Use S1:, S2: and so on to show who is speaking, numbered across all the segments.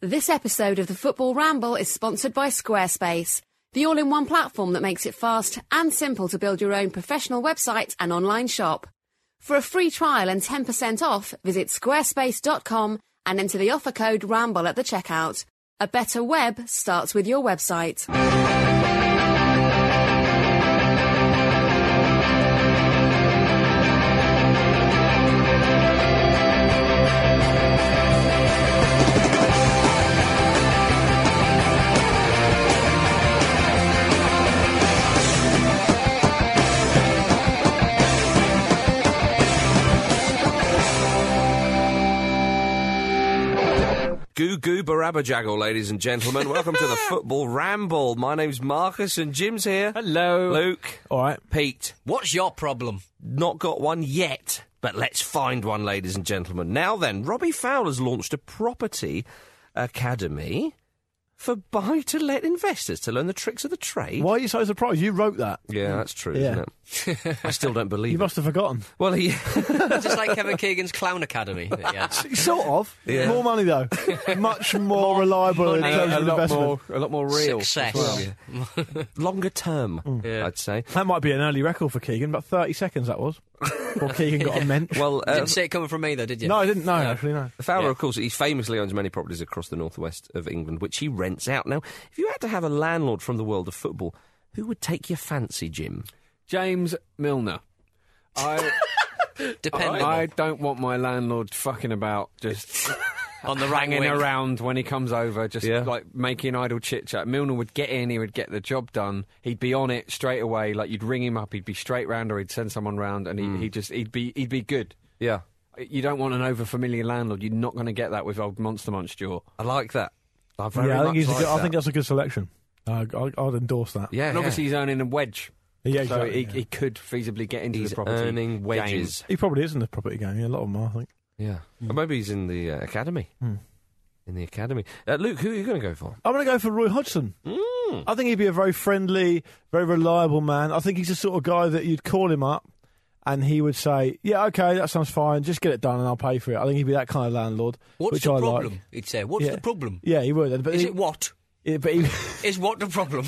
S1: This episode of the Football Ramble is sponsored by Squarespace, the all in one platform that makes it fast and simple to build your own professional website and online shop. For a free trial and 10% off, visit squarespace.com and enter the offer code RAMBLE at the checkout. A better web starts with your website.
S2: Goo goo barabajaggle, ladies and gentlemen. Welcome to the football ramble. My name's Marcus and Jim's here.
S3: Hello.
S2: Luke.
S3: All right.
S2: Pete.
S4: What's your problem?
S2: Not got one yet, but let's find one, ladies and gentlemen. Now then, Robbie Fowler's launched a property academy for buy to let investors to learn the tricks of the trade.
S3: Why are you so surprised? You wrote that.
S2: Yeah, that's true,
S3: Mm. Yeah.
S2: isn't it? I still don't believe
S3: You
S2: it.
S3: must have forgotten.
S2: Well, he.
S4: Just like Kevin Keegan's Clown Academy. that he had.
S3: Sort of. More money though. Much more, reliable in
S4: money.
S3: terms
S4: A
S3: of investment.
S2: a lot more
S4: Success.
S2: Longer term,
S3: Mm.
S2: I'd say.
S3: That might be an early record for Keegan, but 30 seconds that was. Or Keegan got a mention.
S2: Well, uh,
S4: Didn't see it coming from me, though, did you?
S3: Um, no, I didn't know. Actually, no.
S2: Fowler, of course, he famously owns many properties across the northwest of England, which he rents out. Now, if you had to have a landlord from the world of football, who would take your fancy, Jim?
S5: James Milner. I,
S4: Dependable.
S5: I don't want my landlord fucking about just
S4: on the right
S5: hanging
S4: wing.
S5: around when he comes over, just
S2: Yeah.
S5: like making idle chit chat. Milner would get in, he would get the job done, he'd be on it straight away. Like you'd ring him up, he'd be straight round, or he'd send someone round, and he
S2: Hmm.
S5: he just he'd be he'd be good.
S2: Yeah,
S5: You don't want an overfamiliar landlord. You're not going to get that with old Monster Munch Jaw.
S2: I like that. I very
S3: Yeah,
S2: much
S3: I think, he's a
S2: like
S3: good, I
S2: that.
S3: think that's a good selection. Uh, I, I'd endorse that.
S2: yeah,
S5: And
S2: yeah.
S5: obviously, he's earning a wedge,
S3: Yeah,
S5: so
S3: exactly.
S5: he,
S3: yeah.
S5: he could feasibly get into
S2: he's
S5: the property.
S2: earning
S5: game.
S2: wages.
S3: He probably is in the property game. Yeah, a lot of them are, I think.
S2: Yeah, or maybe he's in the uh, academy.
S3: Hmm.
S2: In the academy, uh, Luke, who are you going to go for?
S3: I'm going to go for Roy Hodgson.
S4: Mm.
S3: I think he'd be a very friendly, very reliable man. I think he's the sort of guy that you'd call him up and he would say, Yeah, okay, that sounds fine. Just get it done and I'll pay for it. I think he'd be that kind of landlord.
S4: What's
S3: which
S4: the
S3: I
S4: problem?
S3: Like.
S4: He'd say, What's
S3: Yeah. Uh,
S4: the problem?
S3: Yeah, he would. But
S4: Is
S3: he-
S4: it what?
S3: yeah, but he,
S4: Is what the problem?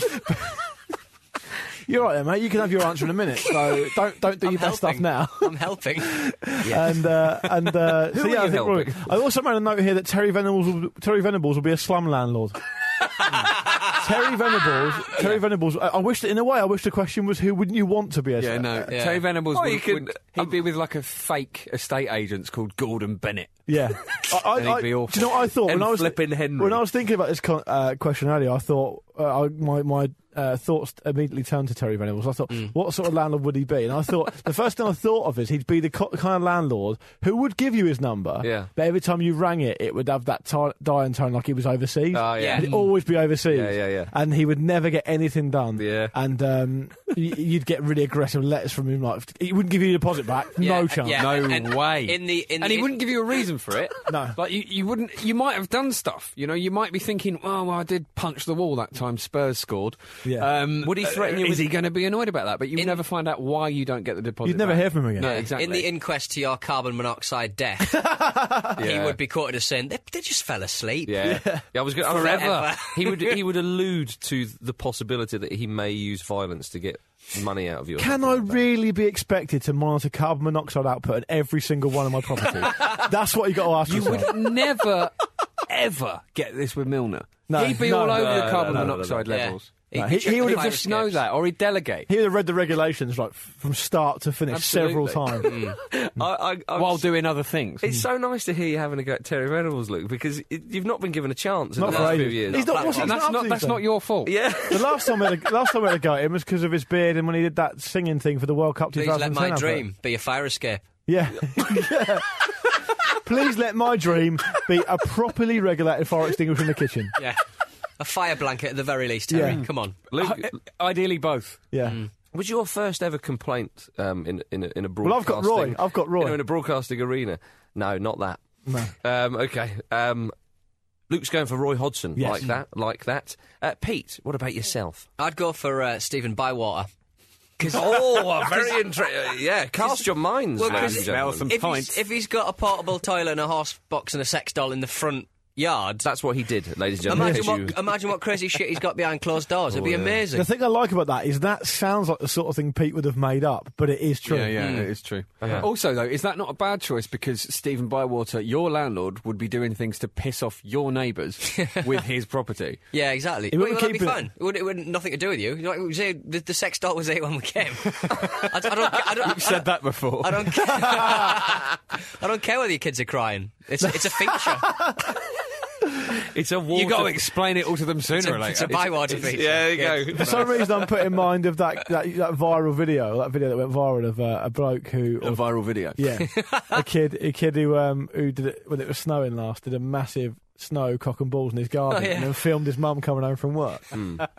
S3: you're right there, mate. You can have your answer in a minute. So don't, don't do
S4: I'm
S3: your best stuff
S4: helping.
S3: now.
S4: I'm helping.
S3: And uh, and uh, so
S2: Who are
S3: yeah, I
S2: you
S3: think Roy,
S2: helping?
S3: I also made a note here that Terry Venables will, Terry Venables will be a slum landlord. Terry Venables, Terry Venables. I, I wish that in a way, I wish the question was who wouldn't you want to be a
S5: Yeah,
S3: slum?
S5: no.
S4: Yeah.
S5: Terry Venables
S2: Or
S5: Uh, would,
S2: you could-
S5: would- he'd
S4: um,
S5: be with like a fake estate agents called Gordon Bennett.
S3: Yeah, I, I,
S5: And he'd
S3: I-
S5: be awful.
S3: Do you know what I thought
S2: And
S3: when I was
S2: flipping Henry.
S3: when I was thinking about this con- uh, question earlier? I thought uh, I, my my uh, thoughts immediately turned to Terry Venables. I thought,
S2: Mm.
S3: what sort of landlord would he be? And I thought the first thing I thought of is he'd be the co- kind of landlord who would give you his number,
S2: Yeah.
S3: but every time you rang it, it would have that ti dial tone like he was overseas.
S2: Oh, yeah.
S3: It'd always be overseas.
S2: Yeah, yeah, yeah.
S3: And he would never get anything done.
S2: Yeah.
S3: and um, y- you'd get really aggressive letters from him. Like he wouldn't give you your deposit back.
S4: Yeah,
S3: no chance.
S4: yeah.
S5: No
S4: and- and
S5: way.
S4: in the- in
S5: and
S4: the-
S5: he wouldn't give you a reason for it.
S3: No.
S5: Like you, you wouldn't. You might have done stuff. You know, you might be thinking, "Oh, well, I did punch the wall that time. Spurs scored."
S3: Yeah.
S5: Um,
S2: Would he threaten you
S5: Is
S2: with-
S5: he going to be annoyed about that? But you never find out why you don't get the deposit.
S3: You'd never
S5: back.
S3: hear from him again.
S5: No,
S3: Yeah.
S5: exactly.
S4: In the inquest to your carbon monoxide death, he would be quoted as saying, They, they just fell asleep.
S2: Yeah. Yeah, I was going
S4: Forever.
S2: he would he would allude to the possibility that he may use violence to get money out of you. or
S3: Can
S2: something
S3: I
S2: like that.
S3: really be expected to monitor carbon monoxide output in every single one of my properties? That's what you got to ask
S5: You
S3: yourself.
S5: would never, ever get this with Milner.
S3: No,
S5: he'd be
S3: no,
S5: all over
S3: no,
S5: the
S2: no,
S5: carbon
S2: no, no, no.
S5: monoxide
S4: Yeah.
S5: levels.
S3: No, he-
S4: check
S3: he
S4: the
S3: would have
S4: fire
S5: Just know
S4: escapes.
S5: that, or he'd delegate.
S3: He would have read the regulations like f- from start to finish several times.
S5: Absolutely. Mm.
S2: I, I, I'm
S5: while
S2: s-
S5: doing other things.
S3: Hmm.
S2: It's so nice to hear you having a go at Terry Venables, Luke, because it, you've not been given a chance in
S3: Not
S2: the
S3: for
S2: last few
S3: ages.
S2: years.
S3: He's not. What's he
S5: and that's
S3: done after
S5: not
S3: these
S5: that's
S3: then?
S5: not your fault.
S2: Yeah.
S3: The last time we had a, last time we had a go at him was because of his beard and when he did that singing thing for the World Cup
S4: Please let
S3: 2010.
S4: my
S3: advert.
S4: dream be a fire escape.
S3: Yeah. yeah. Please let my dream be a properly regulated fire extinguisher in the kitchen.
S4: Yeah. A fire blanket at the very least, Terry.
S3: Yeah.
S4: Come on.
S5: Luke, ideally both.
S3: Yeah.
S5: Mm.
S2: Was your first ever complaint um, in in a, in a
S3: Well, I've
S2: broadcasting?
S3: got Roy. I've got Roy.
S2: You know, in a broadcasting arena. No, not that. No. Um, okay. Um, Luke's going for Roy Hodgson.
S3: Yes.
S2: Like that. Like that. Uh, Pete, what about yourself?
S4: I'd go for uh, Stephen Bywater.
S2: oh, I'm very interesting. Yeah, cast your minds,
S4: Well,
S2: ladies and
S4: 'cause
S5: it- Smell
S2: gentlemen.
S5: some
S4: If
S5: Pints.
S4: he's, if he's got a portable toilet and a horse box and a sex doll in the front yard,
S2: That's what he did, ladies and gentlemen.
S4: imagine
S2: Yes, you-
S4: what, imagine what crazy shit he's got behind closed doors. It'd be amazing.
S3: The thing I like about that is that sounds like the sort of thing Pete would have made up, but it is true.
S5: Yeah, yeah, it is true. Also, though, is that not a bad choice? Because Stephen Bywater, your landlord, would be doing things to piss off your neighbours with his property.
S4: Yeah, exactly.
S3: It
S4: It
S3: wouldn't
S4: wouldn't that'd be
S3: keep it-
S4: fun. It, would, it would nothing to do with you. Like we say, the, the sex doll was eight when we came. I, d- I don't. ca- I don't.
S5: You've said that before.
S4: I don't care. I don't care whether your kids are crying. It's it's a feature.
S2: it's a water.
S5: you got to explain it all to them sooner
S4: It's
S5: or
S4: a,
S5: later.
S4: it's a bywater feature.
S2: Yeah, there you go.
S3: For some reason, I'm put in mind of that, that, that viral video, that video that went viral of uh, a bloke who,
S5: a viral video.
S3: yeah, a kid, a kid who um who did it when it was snowing last, did a massive snow cock and balls in his garden,
S4: Oh, yeah. Hmm.
S3: and then filmed his mum coming home from work.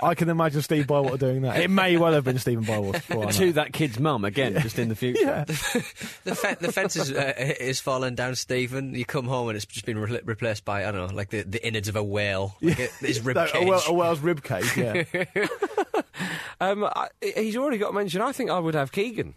S3: I can imagine Steve Bywater doing that. It may well have been Stephen Bywater. for all I know.
S5: To that kid's mum again, just in the future.
S4: The, fe- the fence is, uh, is falling down, Stephen. You come home and it's just been re- replaced by I don't know, like the, the innards of a whale. Like it- It's rib
S3: No,
S4: cage.
S3: a, whale, a whale's rib cage. Yeah,
S2: Um, I, he's already got mentioned. I think I would have Keegan.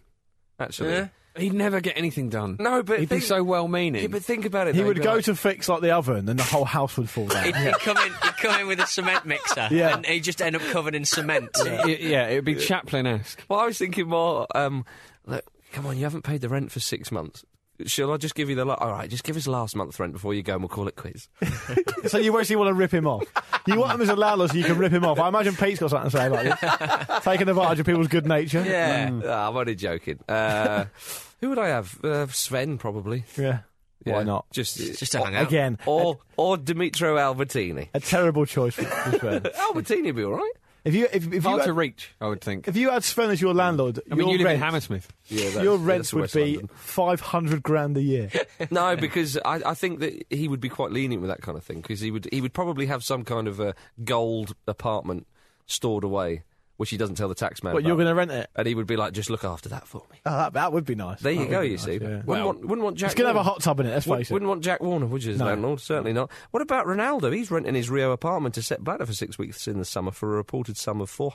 S2: Actually,
S4: Yeah.
S5: He'd never get anything done.
S2: No, but
S5: he'd
S2: think-
S5: be so well-meaning.
S2: Yeah, but think about it.
S3: he
S2: though,
S3: would
S2: he'd be
S3: go
S2: like-
S3: to fix like the oven, and the whole house would fall down.
S4: He'd, he'd come in, he'd come in with a cement mixer,
S3: Yeah.
S4: and he'd just end up covered in cement.
S5: Y- yeah, it would be Chaplin-esque.
S2: Well, I was thinking more. Um, look, come on, you haven't paid the rent for six months. Shall I just give you the? La- All right, just give us last month's rent before you go, and we'll call it quits.
S3: So you actually want to rip him off. You want him as a landlord so you can rip him off. I imagine Pete's got something to say about this. Taking advantage of people's good nature.
S2: Yeah, Ah, I'm only joking. Uh, who would I have? Uh, Sven, probably.
S3: Yeah. Why
S2: Yeah,
S3: not?
S2: Just,
S4: Just to hang out.
S3: Again,
S2: or or Dimitro Albertini.
S3: a terrible choice for for Sven.
S2: Albertini would be all right.
S3: If you if, if you
S5: Hard to
S3: had,
S5: reach, I would think.
S3: if you had Sven as your landlord,
S5: I mean,
S3: your
S5: you live
S3: rent,
S5: in Hammersmith.
S2: Yeah, that's-
S3: your
S2: yeah,
S3: rent
S2: that's
S3: would
S2: West
S3: be
S2: London.
S3: five hundred grand a year.
S2: no, because I, I think that he would be quite lenient with that kind of thing because he would he would probably have some kind of a gold apartment stored away, which he doesn't tell the tax man.
S3: But you're
S2: about.
S3: going to rent it?
S2: and he would be like, just look after that for me.
S3: Oh, that, that would be nice.
S2: There
S3: That
S2: you
S3: would
S2: go,
S3: Oh, be
S2: you
S3: nice,
S2: see.
S3: yeah.
S2: Wouldn't, want, wouldn't want Jack
S3: It's going to have a
S2: Warner.
S3: hot tub in it. Let's
S2: Would-
S3: face it.
S2: Wouldn't want Jack Warner, would you, as
S3: No.
S2: landlord? Certainly not. What about Ronaldo? He's renting his Rio apartment to Sepp Blatter for six weeks in the summer for a reported sum of
S3: You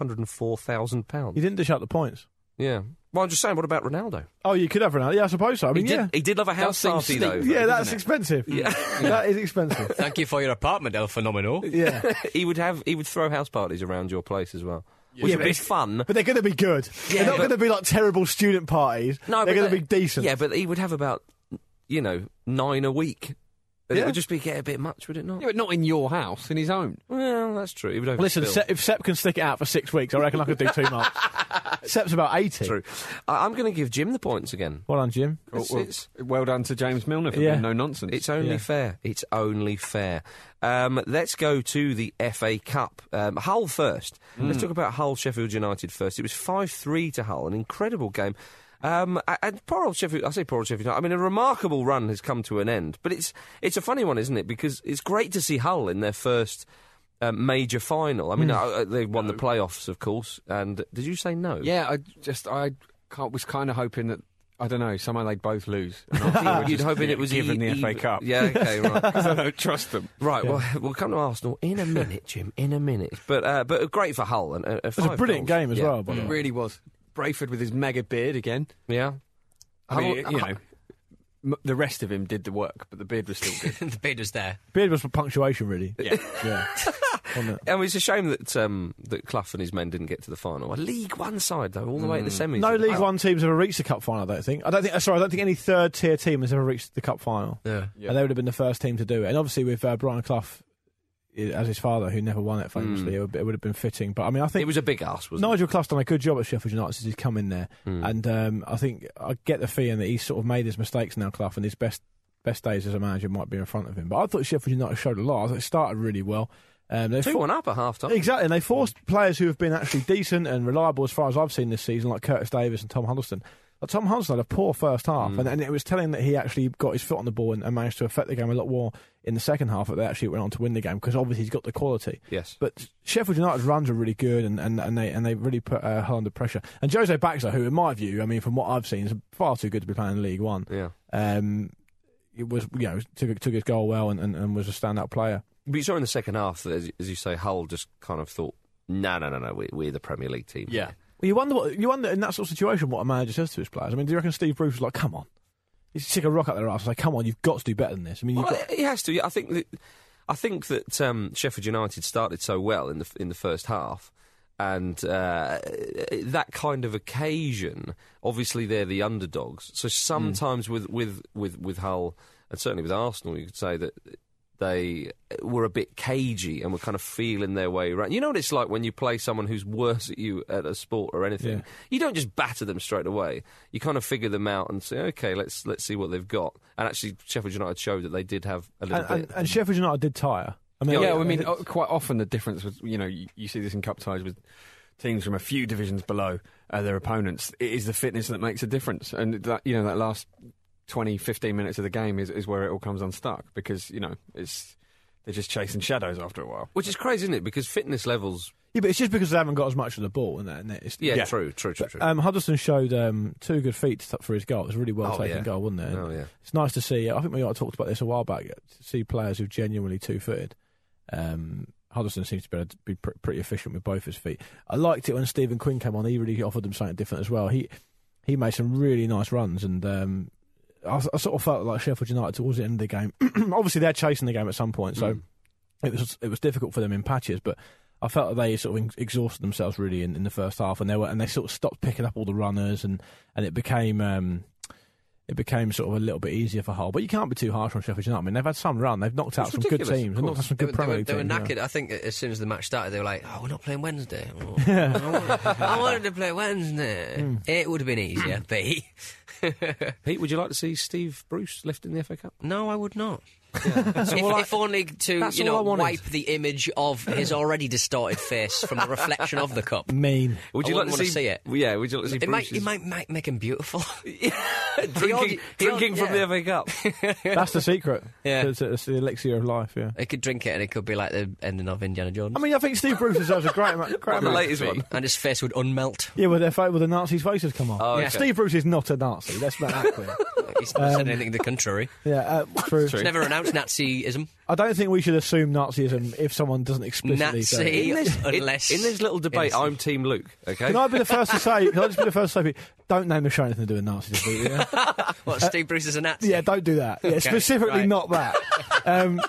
S2: £404,000.
S3: didn't dish out the points.
S2: Yeah. Well, I'm just saying, what about Ronaldo?
S3: Oh, you could have run out. Yeah, I suppose so. I
S2: He
S3: mean,
S2: did,
S3: yeah,
S2: he did love a house
S5: seems
S2: party,
S5: steep.
S2: though.
S3: yeah, that's
S5: doesn't it?
S3: expensive. Yeah, that is expensive.
S4: Thank you for your apartment, El Phenomenal.
S3: Yeah.
S2: he would have. He would throw house parties around your place as well, which
S3: Yeah,
S2: would
S3: but
S2: be
S3: it's-
S2: fun.
S3: But they're going to be good. they're not
S2: but-
S3: going to be like terrible student parties. they're
S2: but
S3: going to be
S2: that-
S3: decent.
S2: Yeah, but he would have about you know nine a week. And It
S3: Yeah.
S2: would just be get a bit much, would it not?
S5: Yeah, but not in your house, in his own.
S2: Well, that's true. He would overspill.
S3: Listen, Se- if Sep can stick it out for six weeks, I reckon I could do two months. Sep's about eighty.
S2: true. I- I'm going to give Jim the points again.
S3: Well done, Jim.
S5: Well,
S2: It's-
S5: well,
S2: it's-
S5: well done to James Milner for
S3: Yeah.
S5: being no nonsense.
S2: It's only
S3: Yeah.
S2: fair. It's only fair. Um, let's go to the FA Cup. Um, Hull first.
S5: Hmm.
S2: Let's talk about Hull Sheffield United first. It was five three to Hull, an incredible game. Um, a- and poor old Sheffield. I say poor old Sheffield. United, I mean, a remarkable run has come to an end. But it's it's a funny one, isn't it? Because it's great to see Hull in their first. Uh, major final. I
S5: Hmm.
S2: mean, uh, they won the playoffs, of course. And did you say no?
S5: yeah, I just I can't, was kind of hoping that I don't know somehow they'd both lose. And I think we were
S2: You'd
S5: just
S2: hoping it was
S5: given
S2: e-
S5: the FA
S2: even-
S5: Cup.
S2: Yeah, okay, right.
S5: 'Cause I don't trust them.
S2: Right, well, we'll come to Arsenal in a minute, Jim. In a minute, but uh, but great for Hull and uh, it
S3: It was a brilliant game as well, by the
S2: Mm.
S5: It
S3: way.
S5: really was. Brayford with his mega beard again.
S2: Yeah,
S5: I mean,
S2: Hull-
S5: you know, m- the rest of him did the work, but the beard was still good.
S4: the bid was there.
S3: Beard was for punctuation, really. Yeah. Wasn't it?
S2: I mean, it's a shame that um, that Clough and his men didn't get to the final. A League One side though, all the way to the semis.
S3: Mm. No League
S2: Wow.
S3: One teams ever reached the cup final. I don't think. I don't think. Sorry, I don't think any third tier team has ever reached the cup final.
S4: Yeah.
S3: And they would have been the first team to do it. And obviously, with uh, Brian Clough i- as his father, who never won it famously, it would- it would have been fitting. But I mean, I think
S2: Mm. It was a big ass, wasn't Mm.
S3: Nigel Clough's done a good job at Sheffield United since he's come in there, and um, I think I get the feeling that he's sort of made his mistakes now, Clough, and his best best days as a manager might be in front of him. But I thought Sheffield United showed a lot. I thought it started really well. Um, they
S2: it? Two one up at half time.
S3: Exactly, and they forced players who have been actually decent and reliable as far as I've seen this season, like Curtis Davis and Tom Huddleston, Like, Tom Huddleston had a poor first half, and, and it was telling that he actually got his foot on the ball and, and managed to affect the game a lot more in the second half. That they actually went on to win the game because obviously he's got the quality.
S5: Yes.
S3: But Sheffield United's runs are really good, and, and, and they and they really put uh, Hull under pressure. And Jose Baxter, who in my view, I mean, from what I've seen, is far too good to be playing in League One.
S5: Yeah.
S3: Um, it was you know took took his goal well and, and, and was a standout player.
S2: But you saw in the second half, that, as, as you say, Hull just kind of thought, no, no, no, no, we, we're the Premier League team.
S5: Yeah.
S3: Well, you wonder what you wonder in that sort of situation what a manager says to his players. I mean, do you reckon Steve Bruce was like, "Come on, he's stick a rock up their arse, like, come on, you've got to do better than this." I mean, you've
S2: Well,
S3: got,
S2: he has to. I think that I think that um, Sheffield United started so well in the in the first half, and uh, that kind of occasion. Obviously, they're the underdogs. So
S3: Hmm.
S2: sometimes with, with with with Hull and certainly with Arsenal, you could say that they were a bit cagey and were kind of feeling their way around. You know what it's like when you play someone who's worse at you at a sport or anything.
S3: Yeah.
S2: You don't just batter them straight away. You kind of figure them out and say, okay, let's let's see what they've got. And actually, Sheffield United showed that they did have a little
S3: and, and,
S2: bit.
S3: and Sheffield United did tire. I mean,
S5: Yeah,
S3: like,
S5: I mean,
S2: oh,
S3: it's-
S5: uh, quite often the difference was, you know, you, you see this in cup ties with teams from a few divisions below uh, their opponents. It is the fitness that makes a difference. And, that, you know, that last 20, 15 minutes of the game is, is where it all comes unstuck because, you know, it's they're just chasing shadows after a while.
S2: which is crazy, isn't it? Because fitness levels.
S3: yeah, but it's just because they haven't got as much of the ball, and that, and it's,
S2: Yeah, true, true, true, true.
S3: Um, Huddleston showed um, two good feet to- for his goal. It was a really well
S2: Oh,
S3: taken
S2: yeah.
S3: goal, wasn't it?
S2: Oh, yeah.
S3: It's nice to see. I think we might have talked about this a while back. To see players who are genuinely two footed. Um, Huddleston seems to be, able to be pr- pretty efficient with both his feet. I liked it when Stephen Quinn came on. He really offered them something different as well. He he made some really nice runs, and um, I, s- I sort of felt like Sheffield United towards the end of the game. Obviously, they're chasing the game at some point, so
S2: Mm.
S3: it was it was difficult for them in patches, but I felt that they sort of ex- exhausted themselves really in, in the first half, and they were and they sort of stopped picking up all the runners, and and it became um, it became sort of a little bit easier for Hull. But you can't be too harsh on Sheffield United. I mean, they've had some run, they've knocked out
S2: It's
S3: some good
S2: ridiculous,
S3: teams,
S2: of
S3: they've knocked out
S2: course.
S3: some good
S4: They were, they
S3: Premier
S4: were,
S3: League
S4: they were
S3: teams, yeah.
S4: knackered. I think as soon as the match started, they were like, "Oh, we're not playing Wednesday. Oh, I, wanted, I wanted to play Wednesday.
S2: Hmm.
S4: It would have been easier, B.
S2: Pete, would you like to see Steve Bruce lifting the FA Cup?
S4: No, I would not. if, if only to
S2: that's
S4: you
S2: all I
S4: know
S2: wanted.
S4: wipe the image of his already distorted face from the reflection of the cup.
S3: Mean.
S2: Would
S4: I
S2: you like to
S4: wouldn't
S2: see,
S4: wanna see it.
S2: Yeah, would you like to see
S4: It might,
S2: Bruce's
S4: it might, might make him beautiful.
S2: drinking,
S4: already- he al-
S2: drinking from
S4: yeah.
S2: the FA Cup?
S3: That's the secret.
S4: Yeah.
S3: It's, it's the elixir of life. Yeah.
S4: He could drink it and it could be like the ending of Indiana Jones.
S3: I mean, I think Steve Bruce deserves a great amount. Great
S2: the
S3: amount.
S2: latest one.
S4: and his face would unmelt.
S3: Yeah, with their fa- with the Nazis' faces come on.
S2: Oh, okay.
S3: Steve Bruce is not a Nazi. Let's make that clear.
S4: He's not
S2: Um,
S4: said anything to the contrary.
S3: yeah, uh, true.
S4: He's never announced Nazism.
S3: I don't think we should assume Nazism if someone doesn't explicitly say. it.
S4: Nazi.
S2: In this, in-
S4: Unless
S2: in, this little debate,
S4: innocent.
S2: I'm Team Luke. Okay.
S3: Can I be the first to say? Can I just be the first to say? Don't name the show anything to do with Nazis. will you? Yeah?
S4: What, Steve Bruce is a Nazi?
S3: Uh, yeah, don't do that. Yeah, specifically
S4: right.
S3: not that. Um,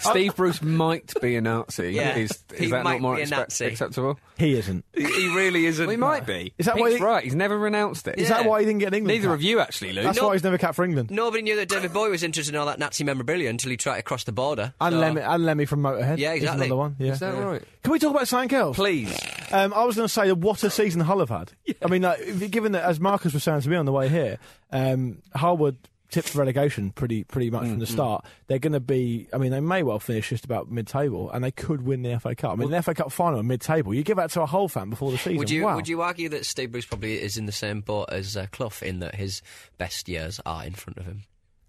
S5: Steve Bruce Oh. might be a Nazi.
S4: Yeah.
S5: Is,
S4: He
S5: is that
S4: might
S5: not more
S4: be a
S5: expe-
S4: Nazi.
S5: acceptable?
S3: he isn't.
S2: he, he really isn't.
S5: Well, he might be.
S3: Is that
S5: Pete's
S3: why he-
S5: right. He's never renounced it.
S3: Is that why he didn't get an England?
S5: Neither
S3: cap?
S5: of you, actually, Luke.
S3: That's
S5: No.
S3: why he's never capped for England.
S4: Nobody knew that David Boy was interested in all that Nazi memorabilia until he tried to cross the border.
S3: And
S4: so-
S3: Lemmy, and Lemmy from Motorhead.
S4: Yeah,
S3: is
S4: exactly.
S3: another one. Yeah.
S2: Is that right?
S3: Can we talk about something else?
S2: Please.
S3: Um, I was going to say that what a season Hull have had. I mean, like, if you- given that as Marcus was saying to me on the way here, um, Hull were tipped for relegation pretty pretty
S4: Mm,
S3: much from the start. They're going to be. I mean, they may well finish just about mid table, and they could win the FA Cup. I mean, an FA Cup final mid table. You give that to a Hull fan before the season.
S4: Would you
S3: Wow.
S4: would you argue that Steve Bruce probably is in the same boat as uh, Clough in that his best years are in front of him?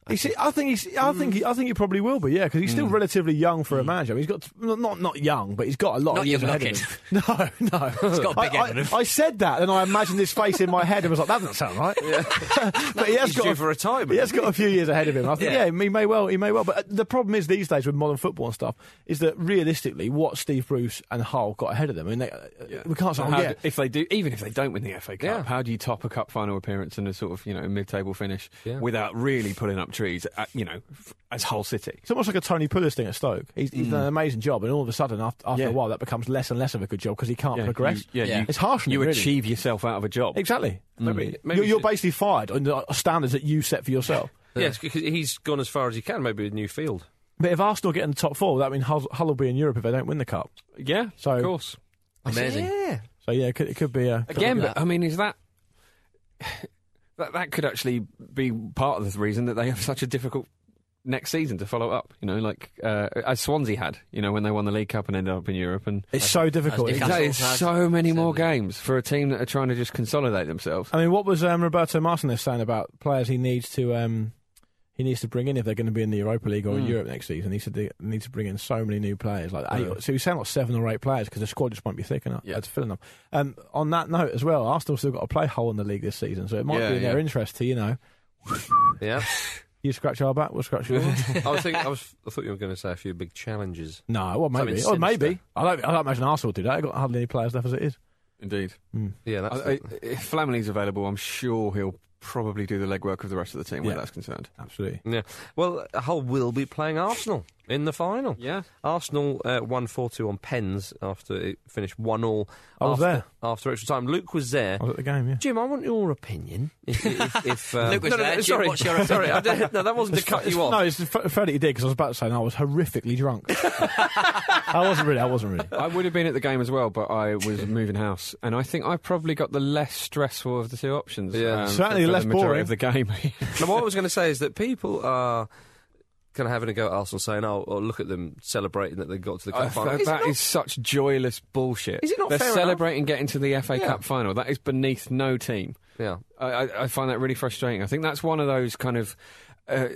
S3: You see, I think he's. I think. He, I think he probably will be. Yeah, because he's still relatively young for a manager. I mean, he's got not not not young, but he's got a lot.
S4: Not
S3: of years
S4: young
S3: ahead of him. No, no. He's
S4: got a big
S3: I,
S4: head on him.
S3: I, I said that, and I imagined his face in my head, and was like, "That doesn't sound right." but he has
S2: He's
S3: got
S2: due
S3: a,
S2: for retirement,
S3: He has
S2: isn't
S3: got a few years ahead of him. I think. Yeah. he may well. He may well. But uh, the problem is these days with modern football and stuff is that realistically, what Steve Bruce and Hull got ahead of them. I mean, they, uh, we can't say,
S5: So
S3: oh,
S5: how
S3: yeah.
S5: do- if they do, even if they don't win the FA Cup,
S2: Yeah.
S5: how do you top a cup final appearance and a sort of you know mid-table finish
S2: Yeah.
S5: without really pulling up trees? uh you know, f- as Hull City.
S3: It's almost like a Tony Pulis thing at Stoke. He's, he's done an amazing job, and all of a sudden, after, after
S5: Hmm. Yeah.
S3: a while, that becomes less and less of a good job because he can't
S5: Yeah,
S3: progress.
S5: you- yeah, you-
S3: it's harsh. on
S5: You
S3: him, really.
S5: achieve Mm. yourself out of a job.
S3: exactly. Maybe,
S2: Maybe
S3: you're,
S2: you
S3: you're
S2: should-
S3: basically fired on the standards that you set for yourself.
S2: Yes, because he's gone as far as he can. Maybe with Newfield.
S3: but if Arsenal get in the top four, that means Hull, Hull will be in Europe if they don't win the cup.
S5: Yeah,
S3: So-
S5: of course.
S4: Amazing.
S5: Yeah.
S3: So yeah, it could, it could be uh, a
S5: Again,
S4: Could be
S5: but
S4: that.
S5: I mean, is that that that could actually be part of the reason that they have such a difficult next season to follow up. You know, like uh, as Swansea had. You know, when they won the League Cup and ended up in Europe, and
S3: It's so difficult.
S4: Newcastle.
S5: Exactly, it's
S4: has
S5: so many more
S4: seven.
S5: games for a team that are trying to just consolidate themselves.
S3: I mean, what was um, Roberto Martinez saying about players he needs to um, he needs to bring in if they're going to be in the Europa League or in Europe next season? He said they need to bring in so many new players, like eight. or So he's saying like seven or eight players because the squad just won't be thick enough.
S5: Yeah.
S3: It's filling up. Um, on that note as well, Arsenal still got a play hole in the league this season, so it might
S5: Yeah,
S3: be in their
S5: yeah.
S3: interest to you know
S2: Yeah.
S3: you scratch our back, we'll scratch yours.
S2: I was thinking, I, was, I thought you were going to say a few big challenges.
S3: no, well maybe,
S2: Something
S3: or maybe
S2: sinister.
S3: I don't. I don't imagine Arsenal do that. They've got hardly any players left as it is.
S5: Indeed.
S2: Yeah, that's
S5: I, I, if Flamini's available, I'm sure he'll probably do the legwork of the rest of the team where
S3: Yeah.
S5: that's concerned.
S3: Absolutely.
S2: Yeah. Well, Hull will be playing Arsenal in the final.
S5: Yeah.
S2: Arsenal uh, won 4 2 on pens after it finished 1 all.
S3: I was
S2: after,
S3: there.
S2: After extra time. Luke was there.
S3: I was at the game. Yeah.
S2: Jim, I want your opinion. If, if, if, um,
S4: Luke was
S2: no, no,
S4: there.
S2: no,
S4: Jim,
S2: sorry,
S4: what's your
S2: sorry, I didn't, no, that wasn't to cut you off.
S3: No, it's f- fair that you did because I was about to say no, I was horrifically drunk. I wasn't really. I wasn't really.
S5: I would have been at the game as well, but I was moving house, and I think I probably got the less stressful of the two options. um,
S2: Yeah.
S3: Certainly
S5: for
S3: less
S5: the majority
S3: boring.
S5: of the game.
S2: No, what I was going to say is that people are kind of having a go at Arsenal, saying, "Oh, oh, look at them celebrating that they got to the
S5: I
S2: cup final."
S5: thought
S2: Is it
S5: Oh, that
S2: not-
S5: is such joyless bullshit.
S2: Is it not
S5: They're
S2: fair
S5: celebrating getting to the FA
S2: Yeah.
S5: Cup final. That is beneath no team.
S2: yeah,
S5: I, I, I find that really frustrating. I think that's one of those kind of. Uh,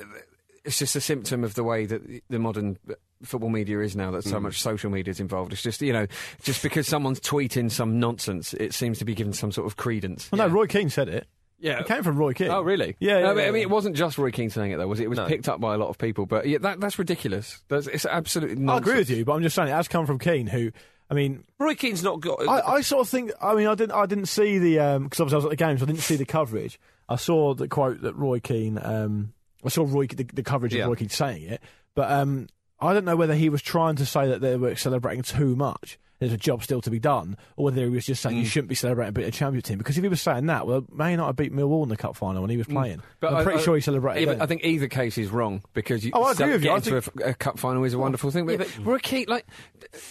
S5: it's just a symptom of the way that the modern football media is now. That so
S3: Mm.
S5: much social media is involved. It's just you know, just because someone's tweeting some nonsense, it seems to be given some sort of credence.
S3: Well, no, Roy Keane said it.
S5: Yeah.
S3: It came from Roy Keane.
S5: Oh really?
S3: Yeah. yeah,
S5: No, but,
S3: yeah,
S5: I mean,
S3: yeah.
S5: it wasn't just Roy Keane saying it though, was it? It was
S2: No.
S5: picked up by a lot of people. But yeah, that, that's ridiculous. That's, it's absolutely.
S3: I
S5: Nonsense.
S3: agree with you, but I'm just saying it has come from Keane, who, I mean,
S2: Roy Keane's not got.
S3: I, I sort of think. I mean, I didn't. I didn't see the because obviously I was at the game, so I didn't see the coverage. I saw the quote that Roy Keane. Um, I saw Roy the, the coverage
S2: Yeah.
S3: of Roy Keane saying it, but um, I don't know whether he was trying to say that they were celebrating too much. There's a job still to be done, or whether he was just
S5: Mm.
S3: saying you shouldn't be celebrating a bit of champion team. Because if he was saying that, well, Man United beat Millwall in the cup final when he was playing.
S5: Mm. But
S3: I'm
S5: I-
S3: pretty
S5: I-
S3: sure he celebrated.
S5: yeah, but
S3: then.
S5: I think either case is wrong because you,
S3: Oh, I agree
S5: some-
S3: with you. I
S5: getting to a, a cup final is a wonderful thing. But, we're a kid, like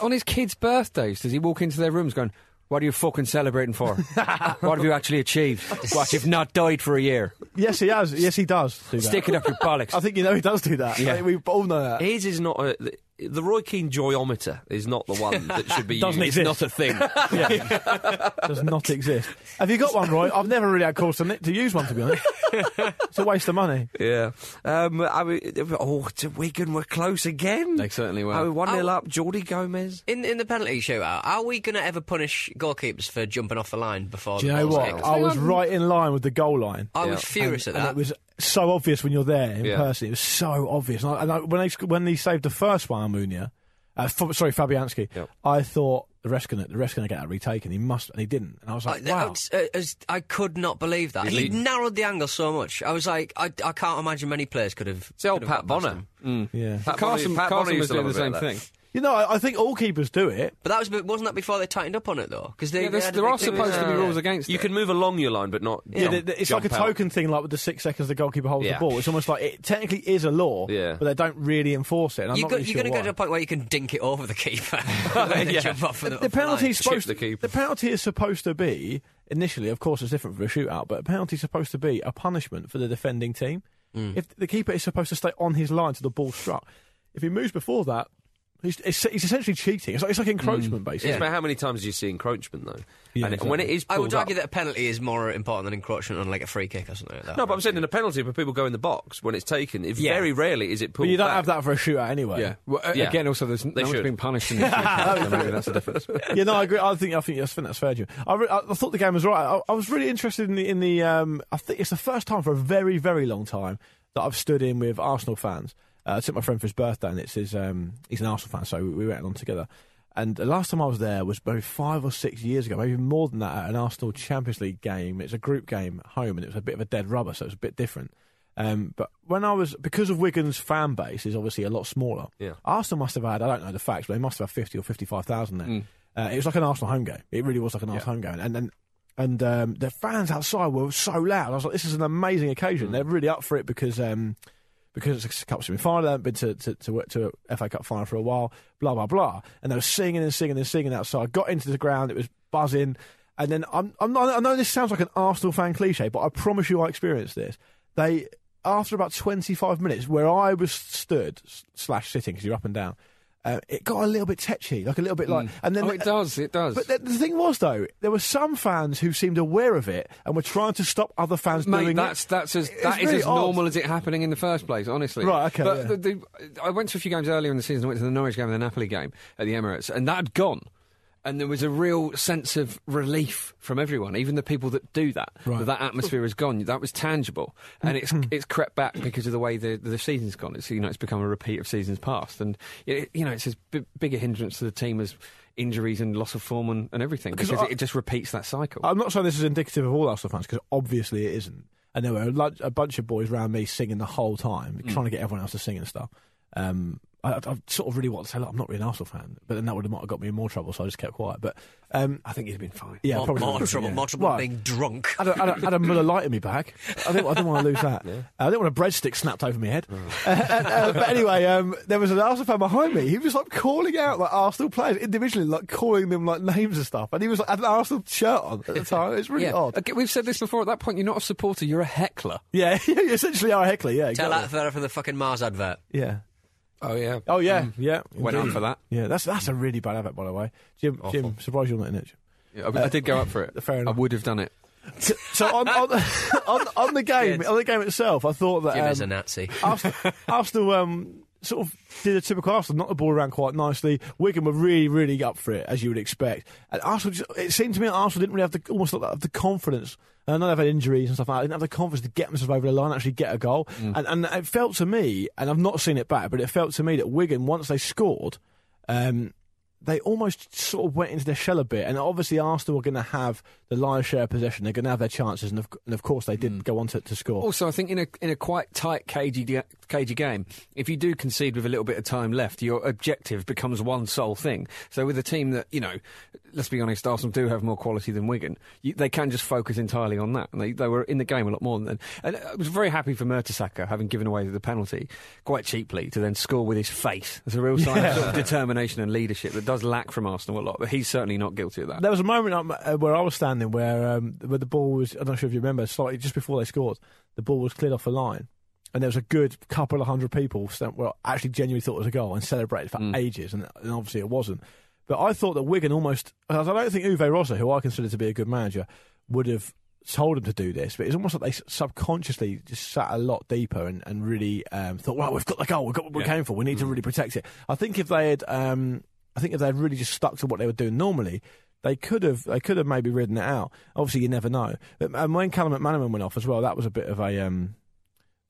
S5: on his kids' birthdays, does he walk into their rooms going, "What are you fucking celebrating for? what have you actually achieved? What you've not died for a year?
S3: yes, he has. Yes, he does. Do that.
S5: Stick it up your bollocks."
S3: I think you know he does do that.
S5: Yeah.
S3: I think we all know that.
S2: Uh, his is not a, the, the Roy Keane joyometer is not the one that should be
S3: Doesn't
S2: used.
S3: exist.
S5: not a thing.
S3: yeah. does not exist. Have you got one, Roy? I've never really had calls to, ni- to use one, to be honest. It's a waste of money.
S2: Yeah, um, I mean, oh, to Wigan were close again.
S5: They certainly were.
S2: I mean, one 0
S4: Oh.
S2: up. Jordi Gomez.
S4: In in the penalty shootout, are we going to ever punish goalkeepers for jumping off the line before?
S3: Do you
S4: the
S3: know
S4: ball's
S3: what?
S4: kicked?
S3: I was right in line with the goal line.
S4: I was
S2: Yeah.
S4: furious
S3: and,
S4: at
S3: and
S4: that.
S3: it was so obvious when you're there in
S2: Yeah.
S3: person. It was so obvious. And, I, and I, when, I, when he saved the first one, Almunia, uh, F- sorry, Fabianski,
S2: Yep.
S3: I thought the ref's going to get that retaken. He must, and he didn't. And I was
S4: I,
S3: like, wow.
S4: it's- uh, it's- I could not believe that. He narrowed the angle so much. I was like, I, I can't imagine many players could have.
S2: It's the old
S4: could have
S2: Pat
S4: got past
S2: Bonner.
S4: him.
S3: yeah.
S2: Pat
S5: Carson,
S2: Bonner- Pat Bonner
S5: Carson was
S2: used to
S5: doing the
S2: love a
S5: same
S2: bit of
S5: thing.
S3: You know, I, I think all keepers do it.
S4: But that was wasn't that before they tightened up on it though? Because they,
S5: Yeah,
S4: they
S5: there's-
S4: had a
S5: there
S4: big
S5: are
S4: thing
S5: supposed to be
S4: about-
S5: rules against
S2: uh, You
S5: it.
S2: can move along your line, but not.
S3: Yeah,
S2: jump-
S3: th- th- it's like
S2: jump
S3: a
S2: out.
S3: token thing, like with the six seconds the goalkeeper holds
S2: Yeah.
S3: the ball. It's almost like it technically is a law,
S2: Yeah.
S3: but they don't really enforce it. And I'm
S4: You
S3: not
S4: go,
S3: really
S4: you're
S3: sure
S4: going to go to
S3: why.
S4: a point where you can dink it over the keeper. When they
S2: Yeah.
S4: jump off
S3: the penalty is
S2: Chip
S3: supposed
S2: the
S3: the,
S2: keeper.
S3: penalty is supposed to be initially, of course, it's different for a shootout, but a penalty is supposed to be a punishment for the defending team.
S2: Mm.
S3: If the keeper is supposed to stay on his line till the ball struck, if he moves before that, he's, it's, he's essentially cheating. It's like, it's like encroachment, basically.
S2: Mm. It's about how many times do you see encroachment though?
S3: Yeah,
S2: and it- when it is,
S4: I would
S2: pulled up-
S4: argue that a penalty is more important than encroachment on like a free kick or something like that.
S2: No, but I'm saying in a penalty when people go in the box when it's taken. If
S4: Yeah.
S2: Very rarely is it pulled.
S3: But you don't
S2: back.
S3: have that for a shootout anyway.
S5: Yeah. Well, uh,
S2: Yeah.
S5: Again, also there's no one's
S2: should.
S5: been punished. In this so maybe that's the difference.
S3: yeah, no, I agree. I think I think, I think that's fair, Jim. I, re- I I thought the game was right. I, I was really interested in the in the. Um, I think it's the first time for a very very long time that I've stood in with Arsenal fans. Uh, I took my friend for his birthday, and it's his. Um, he's an Arsenal fan, so we, we went along together. And the last time I was there was maybe five or six years ago, maybe more than that, at an Arsenal Champions League game. It's a group game at home, and it was a bit of a dead rubber, so it was a bit different. Um, but when I was, because of Wigan's fan base is obviously a lot smaller,
S2: Yeah.
S3: Arsenal must have had, I don't know the facts, but they must have had 50 or 55,000 there. Uh, it was like an Arsenal home game. It really was like an Arsenal home game. And and, and um, the fans outside were so loud. I was like, this is an amazing occasion.
S5: Mm.
S3: They're really up for it because um, because it's a cup semi final. They haven't been to, to, to, to a FA Cup final for a while, blah, blah, blah. And they were singing and singing and singing outside. Got into the ground, it was buzzing. And then I'm, I'm not, I know this sounds like an Arsenal fan cliche, but I promise you I experienced this. They after about 25 minutes, where I was stood s- slash sitting because you're up and down, uh, it got a little bit tetchy, like a little bit like. And then
S5: Oh, it does, it does.
S3: But the, the thing was though, there were some fans who seemed aware of it and were trying to stop other fans
S5: Mate,
S3: doing
S5: that's
S3: it.
S5: that's as
S3: It's
S5: that is
S3: very
S5: as
S3: odd.
S5: normal as it happening in the first place, honestly.
S3: Right, okay,
S5: But
S3: yeah.
S5: the, the, I went to a few games earlier in the season. I went to the Norwich game and the Napoli game at the Emirates, and that had gone. And there was a real sense of relief from everyone, even the people that do that. That, that atmosphere is gone. That was tangible, and it's
S3: Mm-hmm.
S5: it's crept back because of the way the the season's gone. It's you know it's become a repeat of seasons past, and it, you know it's as b- big a hindrance to the team as injuries and loss of form and, and everything because
S3: I-
S5: it, it just repeats that cycle.
S3: I'm not saying this is indicative of all Arsenal fans because obviously it isn't. And there were a, lo- a bunch of boys around me singing the whole time,
S5: Mm.
S3: trying to get everyone else to sing and stuff. Um, I, I I sort of really wanted to say, look, I'm not really an Arsenal fan, but then that would have might have got me in more trouble, so I just kept quiet. But um,
S5: I think you'd have been fine.
S3: yeah,
S4: more,
S3: probably
S4: more
S3: would've,
S4: trouble,
S3: yeah.
S4: more trouble
S3: Right.
S4: being drunk.
S3: I had a, I had a- had a Muller light in my bag. I didn't, I didn't want to lose that. I didn't want a breadstick snapped over my head. Uh, and, uh, but anyway, um, there was an Arsenal fan behind me. He was like calling out like Arsenal players individually, like calling them like names and stuff. And he was like, had an Arsenal shirt on at the time. It's really odd.
S5: Okay, we've said this before. At that point, you're not a supporter; you're a heckler.
S3: Yeah, you essentially are a heckler. Yeah,
S4: Tell
S3: exactly.
S4: that fella from the fucking Mars advert.
S3: Yeah.
S5: Oh yeah.
S3: Oh yeah, yeah.
S5: Went
S3: indeed.
S5: out for that.
S3: Yeah, that's that's a really bad habit, by the way. Jim, Jim, surprised you're not in it. Jim.
S5: Yeah, I, I did go up for it.
S3: Fair enough.
S5: I would have done it.
S3: So, so on, on, on on the game,
S4: Good.
S3: on the game itself, I thought that
S4: Jim is a
S3: um,
S4: Nazi.
S3: Arsenal, Arsenal um, sort of did a typical Arsenal, knocked the ball around quite nicely. Wigan were really, really up for it, as you would expect. And Arsenal, just, it seemed to me, that Arsenal didn't really have the almost like have the confidence. And I know they've had injuries and stuff like that. They didn't have the confidence to get themselves over the line, and actually get a goal. And, and it felt to me, and I've not seen it back, but it felt to me that Wigan, once they scored, um, they almost sort of went into their shell a bit. And obviously, Arsenal were going to have the lion's share of possession. They're going to have their chances. And of, and of course, they did go on to, to score.
S5: Also, I think in a in a quite tight cagey ga- cagey game, if you do concede with a little bit of time left, your objective becomes one sole thing. So with a team that you know, let's be honest, Arsenal do have more quality than Wigan. You, they can just focus entirely on that, and they, they were in the game a lot more than. And I was very happy for Mertesacker having given away the penalty quite cheaply to then score with his face. It's a real sign of, sort of determination and leadership that does lack from Arsenal a lot. But he's certainly not guilty of that.
S3: There was a moment um, uh, where I was standing where um, where the ball was. I'm not sure if you remember. Slightly just before they scored, the ball was cleared off the line, and there was a good couple of hundred people stand, well actually genuinely thought it was a goal and celebrated for ages, and, and obviously it wasn't. But I thought that Wigan almost. I don't think Uwe Rosser, who I consider to be a good manager, would have told him to do this. But it's almost like they s- subconsciously just sat a lot deeper and and really um, thought, "Well, we've got the goal. We've got what we came for. We need
S2: Mm.
S3: to really protect it." I think if they had. Um, I think if they'd really just stuck to what they were doing normally, they could have they could have maybe ridden it out. Obviously, you never know. But- And when Callum McManaman went off as well, that was a bit of a um,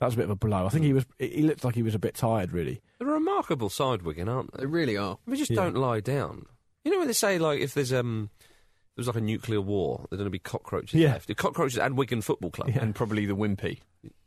S3: that was a bit of a blow. I think
S2: Mm.
S3: he was he looked like he was a bit tired, really.
S2: They're a remarkable side, Wigan, aren't they?
S5: They really are.
S2: They just
S3: Yeah.
S2: don't lie down. You know when they say like if there's um there's like a nuclear war, there's going to be cockroaches
S3: Yeah.
S2: left. The cockroaches and Wigan Football Club. Yeah,
S5: And probably the wimpy.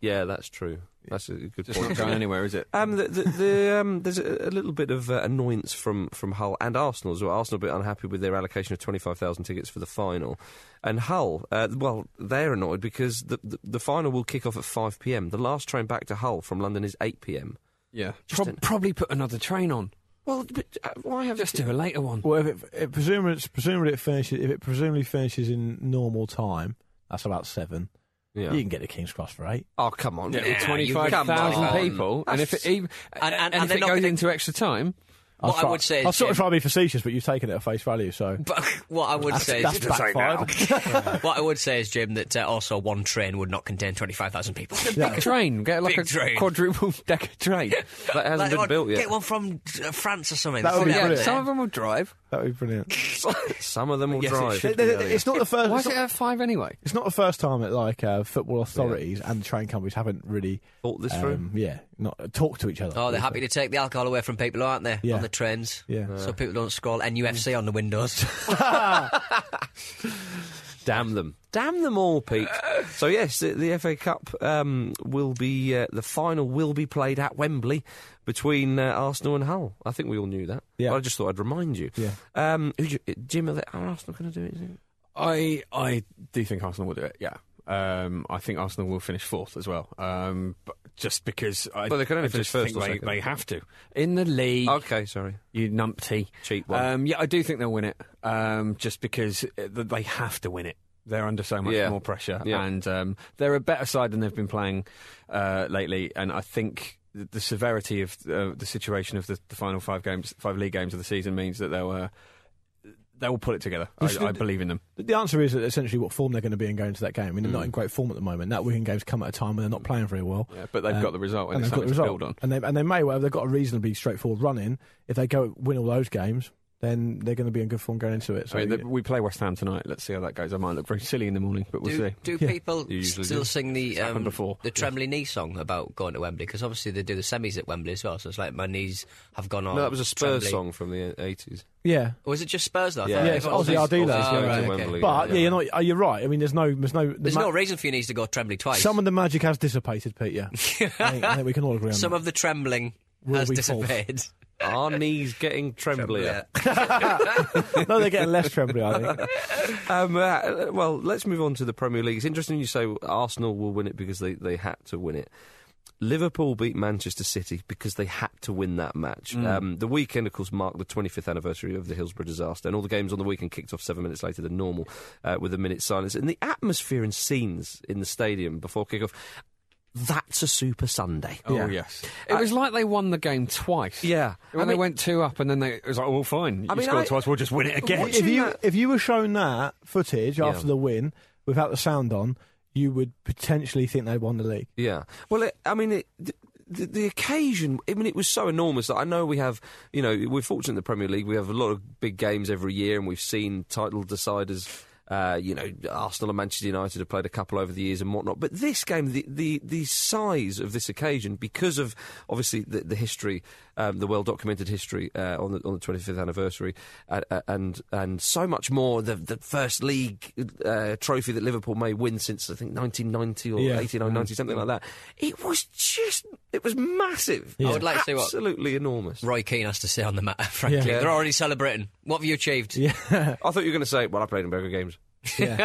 S2: that's true. That's a good
S5: Just
S2: point.
S5: not going anywhere, is it?
S2: Um, the, the, the, um, there's a, a little bit of uh, annoyance from, from Hull and Arsenal as well. Arsenal a bit unhappy with their allocation of 25,000 tickets for the final. And Hull, uh, well, they're annoyed because the, the, the final will kick off at 5 pm. The last train back to Hull from London is 8 pm.
S5: Yeah.
S2: Just
S5: Prob-
S2: an-
S5: probably put another train on.
S2: Well, but, uh, why have
S5: Just do a later one.
S3: Well, if it, it presumably it's- presumably it finishes if it presumably finishes in normal time, that's about seven.
S2: Yeah.
S3: You can get to King's Cross for eight.
S2: Oh, come on.
S5: Yeah,
S2: Nah,
S5: with
S2: you- come
S5: 25,000
S2: on.
S5: people. And if it, even,
S4: And-
S5: and,
S4: and- and
S5: if
S4: they're
S5: it
S4: not
S5: goes
S4: gonna-
S5: into extra time,
S3: I'll
S4: What I
S3: try-
S4: would say is,
S3: I'll sort of
S4: Jim-
S3: try to be facetious, but you've taken it at face value, so
S4: But what I would
S3: that's,
S4: say
S3: that's
S4: is,
S3: backfired.
S4: what I would say is, Jim, that uh, also one train would not contain twenty five thousand people.
S5: big train. Get like
S4: Big
S5: a
S4: train.
S5: quadruple decker train.
S2: That hasn't
S4: Like,
S2: been
S4: what,
S2: built yet.
S4: Get one from uh, France or something.
S3: That would be
S4: Something out
S5: yeah,
S3: brilliant.
S5: some
S4: there.
S5: of them will drive.
S3: that would be brilliant.
S2: Some of them will
S5: Yes, it
S2: drive.
S5: should
S3: They- they- it's not the first.
S5: Why
S3: it's
S5: is it
S3: not-
S5: at five anyway?
S3: It's not the first time that like uh, football authorities and train companies haven't really
S2: Thought this through?
S3: Yeah, not uh, talk to each other.
S4: Oh, they're happy to take the alcohol away from people, aren't they?
S3: Yeah.
S4: On the trains.
S3: Yeah.
S4: So people don't scroll NUFC on the windows.
S2: Damn them. Damn them all, Pete. so, yes, the, the FA Cup um, will be, uh, the final will be played at Wembley between uh, Arsenal and Hull. I think we all knew that.
S3: Yeah.
S2: But I just thought I'd remind you.
S3: Yeah.
S2: Um, who do you- Jim, are, they, are Arsenal going to do it?
S5: I I do think Arsenal will do it. Yeah, um, I think Arsenal will finish fourth as well. Um, but just because I,
S2: But they can only
S5: I just
S2: finish first
S5: think
S2: or
S5: they,
S2: second.
S5: they have to in the league.
S2: Okay, sorry.
S5: You numpty,
S2: Cheap one.
S5: Um, yeah, I do think they'll win it. Um, just because uh, th- they uh, have to win it. They're under so much
S2: Yeah.
S5: more pressure,
S2: Yeah.
S5: and um, they're a better side than they've been playing uh, lately. And I think the, the severity of uh, the situation of the, the final five games, five league games of the season, means that they'll uh, they will pull it together. I,
S3: should-
S5: I believe in them.
S3: But the answer is that essentially what form they're going to be in going into that game. I mean, they're not in great form at the moment. That weekend game's come at a time when they're not playing very well.
S5: Yeah, but they've
S3: Um,
S5: got the result, Oh, and,
S3: and
S5: it's
S3: they've got the
S5: something to build
S3: result. And
S5: on.
S3: they, and they may well, they've got a reasonably straightforward run in. If they go win all those games, then they're going to be in good form going into it. So
S5: I mean, the, we play West Ham tonight. Let's see how that goes. I might look very silly in the morning, but we'll
S4: do,
S5: see.
S4: do
S3: Yeah.
S4: people
S5: You usually
S4: still
S5: do.
S4: sing the
S5: It's happened
S4: um,
S5: before.
S4: the Trembly Knee song about going to Wembley? Because obviously they do the semis at Wembley as well. So it's like my knees have gone on.
S2: No, that was a Spurs
S4: Trembly.
S2: song from the 80s.
S3: yeah.
S4: Was it just Spurs though? I
S2: Yeah.
S4: thought
S2: Yeah,
S3: it's
S4: everyone
S3: Aussie
S4: was-
S3: Ardiles
S4: Ah,
S3: going
S4: right,
S2: to
S4: okay.
S2: Wembley.
S3: But
S2: Yeah.
S3: yeah, you're, not, oh, you're right. I mean, there's no, there's no, the
S4: There's
S3: ma-
S4: no reason for your knees to go Trembly twice.
S3: some of the magic has disappeared, Pete. Yeah, I, think, I think we can all agree on
S4: Some
S3: that.
S4: of the trembling
S3: Will
S4: has
S3: be false.
S4: disappeared.
S2: Our knees getting tremblier.
S3: no, they're getting less trembly. I think.
S2: Um, uh, well, let's move on to the Premier League. It's interesting you say Arsenal will win it because they, they had to win it. Liverpool beat Manchester City because they had to win that match. Um, the weekend, of course, marked the 25th anniversary of the Hillsborough disaster, and all the games on the weekend kicked off seven minutes later than normal uh, with a minute silence. And the atmosphere and scenes in the stadium before kickoff, that's a Super Sunday.
S5: Oh yes, it was like they won the game twice.
S2: Yeah.
S5: when
S2: I
S5: they
S2: mean-
S5: went two up, and then they, it was like, "Well, fine, you
S2: mean,
S5: scored
S2: I-
S5: twice, we'll just win it again."
S2: Watching
S3: if you
S2: that-
S3: if you were shown that footage after
S2: Yeah.
S3: the win without the sound on, you would potentially think they won the league.
S2: Yeah. Well, it, I mean, it, the, the, the occasion, I mean, it was so enormous that I know we have, you know, we're fortunate in the Premier League. We have a lot of big games every year and we've seen title deciders. Uh, you know, Arsenal and Manchester United have played a couple over the years and whatnot. But this game, the the, the size of this occasion, because of obviously the, the history, um, the well documented history uh, on the on the 25th anniversary, uh, uh, and and so much more. The the first league uh, trophy that Liverpool may win since I think 1990 or
S3: Mm. Yeah.
S2: 89, 90, something like that. It was just, it was massive.
S4: I would like to see what
S2: Absolutely enormess.
S4: Roy Keane has to say on the matter, frankly.
S3: Yeah.
S4: They're already celebrating. What have you achieved?
S2: I thought you were going to say, well, I played in Burger Games.
S3: Yeah,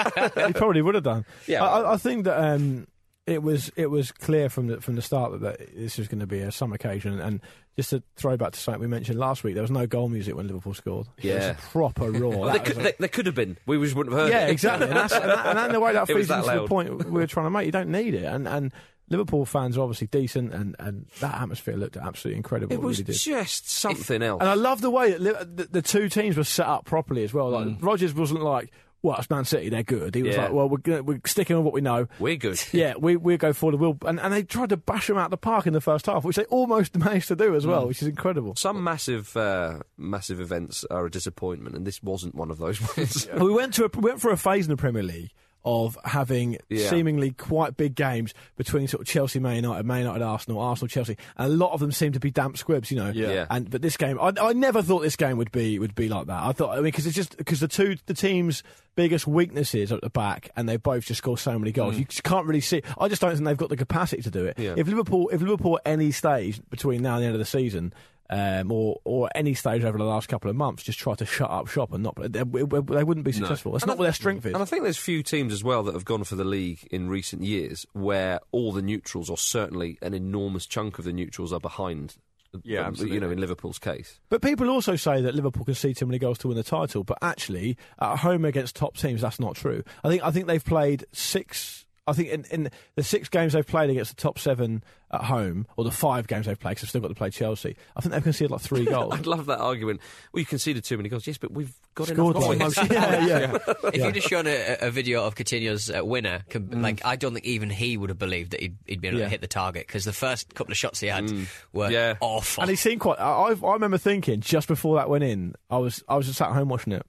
S3: he probably would have done.
S2: Yeah.
S3: I, I- I think that um, it was it was clear from the from the start that, that this was going to be a summer occasion. And just to throw back to something we mentioned last week, there was no goal music when Liverpool scored. it was
S2: Yeah.
S3: a proper roar.
S2: Well,
S3: That
S2: there, could,
S3: was a-
S2: there, there could have been. We just wouldn't have heard
S3: yeah,
S2: it.
S3: exactly. And that's, and, that, and then the way that
S2: It was
S3: feeds
S2: that
S3: into the
S2: loud.
S3: point we were trying to make. You don't need it. And and Liverpool fans are obviously decent, and, and that atmosphere looked absolutely incredible.
S2: It was
S3: really did.
S2: just something else.
S3: And I love the way that Li- the, the two teams were set up properly as well. Like Rogers wasn't like, "Well, it's Man City, they're good." He
S2: Mm.
S3: was
S2: Yeah.
S3: like, "Well, we're gonna, we're sticking with what we know."
S2: We're good.
S3: Yeah, we we go forward. We'll and, and they tried to bash him out of the park in the first half, which they almost managed to do as
S2: Mm.
S3: well, which is incredible.
S2: Some massive, uh, massive events are a disappointment, and this wasn't one of those ones.
S3: Well, We went to a, we went for a phase in the Premier League of having
S2: Yeah.
S3: seemingly quite big games between sort of Chelsea, Man United, Man United, Arsenal, Arsenal, Chelsea, and a lot of them seemed to be damp squibs, you know.
S2: Yeah. Yeah.
S3: And but this game, I, I never thought this game would be would be like that. I thought I mean because it's just because the two the teams. Biggest weaknesses at the back, and they both just score so many goals. You just can't really see. I just don't think they've got the capacity to do it.
S2: Mm. Yeah.
S3: If Liverpool, if Liverpool at any stage between now and the end of the season, um, or or any stage over the last couple of months, just try to shut up shop and not. They, they wouldn't be successful. That's not what their strength is.
S2: And I think there's few teams as well that have gone for the league in recent years where all the neutrals, or certainly an enormous chunk of the neutrals, are behind. um,
S5: Yeah,
S2: you know,
S5: absolutely.
S2: in Liverpool's case.
S3: But people also say that Liverpool can see too many goals to win the title. But actually, at home against top teams, that's not true. I think I think they've played six. I think in, in the six games they've played against the top seven at home, or the five games they've played, because they've still got to play Chelsea. I think they've conceded like three goals.
S2: I'd love that argument. Well, you conceded too many goals. Yes, but we've got
S3: Scored
S2: enough
S3: one.
S2: points.
S3: yeah, yeah.
S4: If you'd have shown a, a video of Coutinho's uh, winner, com-
S2: Mm.
S4: like I don't think even he would have believed that he'd, he'd been able
S3: Yeah.
S4: to hit the target because the first couple of shots he had were
S2: Mm. Yeah.
S4: awful.
S3: And he seemed quite. I, I've, I remember thinking just before that went in, I was I was just sat at home watching it.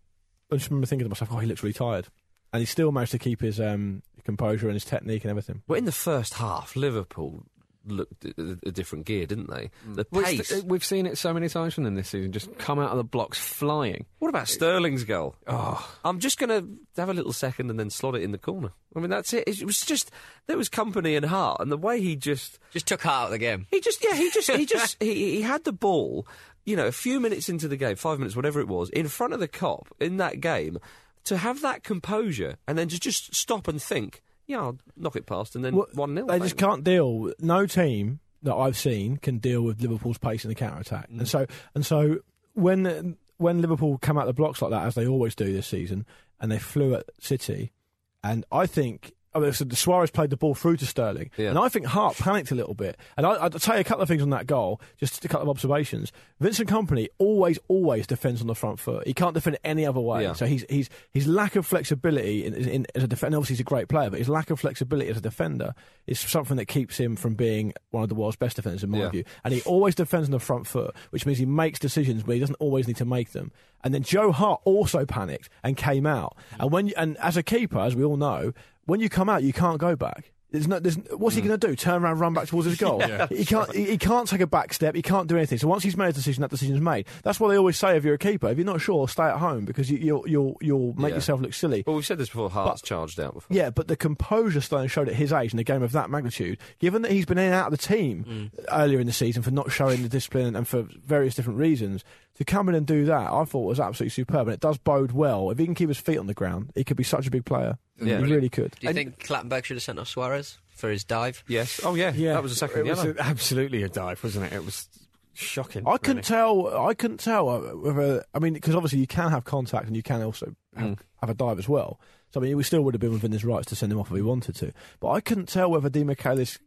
S3: I just remember thinking to myself, "Oh, he looks really tired," and he still managed to keep his um, composure and his technique and everything.
S2: Well, in the first half, Liverpool looked a, a- a different gear, didn't they? The
S5: Well,
S2: pace.
S5: it's the- uh, we've seen it so many times from them this season. Just come out of the blocks flying.
S2: what about Sterling's goal? Oh. I'm just going to have a little second and then slot it in the corner. I mean, that's it. It was just there was company and heart, and the way he just
S4: just took heart out of the game.
S2: He just, yeah, he just, he just, he, he had the ball, you know, a few minutes into the game, five minutes, whatever it was, in front of the cop in that game, to have that composure and then to just stop and think, yeah, I'll knock it past and then
S3: Well,
S2: 1 0.
S3: They just can't deal. No team that I've seen can deal with Liverpool's pace in the counter attack. And so and so when when Liverpool come out the blocks like that, as they always do this season, and they flew at City, And I think. I mean, so Suarez played the ball through to Sterling,
S2: Yeah.
S3: and I think Hart panicked a little bit. And I, I'll tell you a couple of things on that goal, just a couple of observations. Vincent Company always, always defends on the front foot. He can't defend any other way.
S2: Yeah.
S3: So he's he's his lack of flexibility in, in, as a defender. Obviously, he's a great player, but his lack of flexibility as a defender is something that keeps him from being one of the world's best defenders, in my
S2: Yeah.
S3: view. And he always defends on the front foot, which means he makes decisions where he doesn't always need to make them. And then Joe Hart also panicked and came out. And when you, and as a keeper, as we all know, when you come out, you can't go back. There's no, there's, what's he going to do? Turn around, run back towards his goal. he can't. He, he can't take a back step. He can't do anything. So once he's made a decision, that decision's made. That's why they always say if you're a keeper, if you're not sure, stay at home because you, you'll you'll you'll make
S2: Yeah.
S3: yourself look silly.
S2: Well, we've said this before. Hart's charged out before.
S3: Yeah, but the composure Sterling showed at his age in a game of that magnitude, given that he's been in and out of the team earlier in the season for not showing the discipline and for various different reasons, to come in and do that, I thought was absolutely superb. And it does bode well. If he can keep his feet on the ground, he could be such a big player.
S2: Yeah.
S3: He really could.
S4: Do you think Clattenburg should have sent off Suarez for his dive?
S2: Yes. Oh, yeah.
S3: Yeah.
S2: That was a
S5: It
S2: second
S5: was
S2: yellow.
S5: a- absolutely a dive, wasn't it? It was shocking.
S3: I couldn't tell. I couldn't tell uh, whether. I mean, because obviously you can have contact and you can also have,
S4: Mm.
S3: have a dive as well. So I mean, we still would have been within his rights to send him off if he wanted to. But I couldn't tell whether Di Michaelis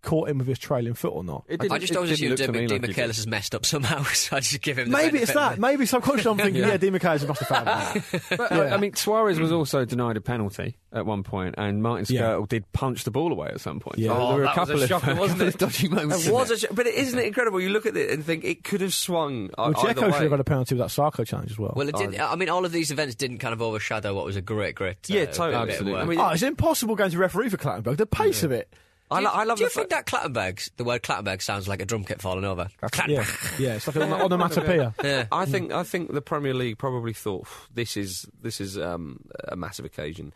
S3: caught him with his trailing foot or not.
S5: It
S4: I just always assume Di Di Michaelis has messed up somehow, so I just give him. The
S3: Maybe it's
S4: benefit of
S3: that.
S4: the-
S3: Maybe subconsciously I'm thinking, yeah, Di Michaelis must have found him.
S5: But,
S3: Yeah.
S5: I mean, Suarez was also denied a penalty at one point, and Martin
S3: Yeah.
S5: Skirtle did punch the ball away at some point.
S3: Yeah.
S5: So
S2: Oh,
S5: there were
S2: that
S5: a couple
S2: was a
S5: of
S2: shocker, wasn't
S5: couple
S2: it?
S5: of dodgy moments.
S2: It
S5: in
S2: was
S5: there.
S2: a, sh- but it isn't it incredible? You look at it and think it could have swung. ei-
S3: Well,
S2: either
S3: Dzeko should have
S2: way.
S3: had a penalty with that Sarko challenge as well.
S4: Well, it did. I mean, all of these events didn't kind of overshadow what was a great, great. Uh,
S2: Oh. Yeah, totally.
S4: bit of
S2: Absolutely.
S4: work.
S2: I mean,
S3: oh, it's impossible going to referee for Clattenburg. The pace of it.
S2: I, lo- I love
S4: Do you
S2: the
S4: think
S2: fact-
S4: that Clattenburg, the word Clattenburg, sounds like a drum kit falling over?
S3: Yeah, yeah, it's like an onomatopoeia.
S2: I think I think the Premier League probably thought "Phew, this is this is um, a massive occasion.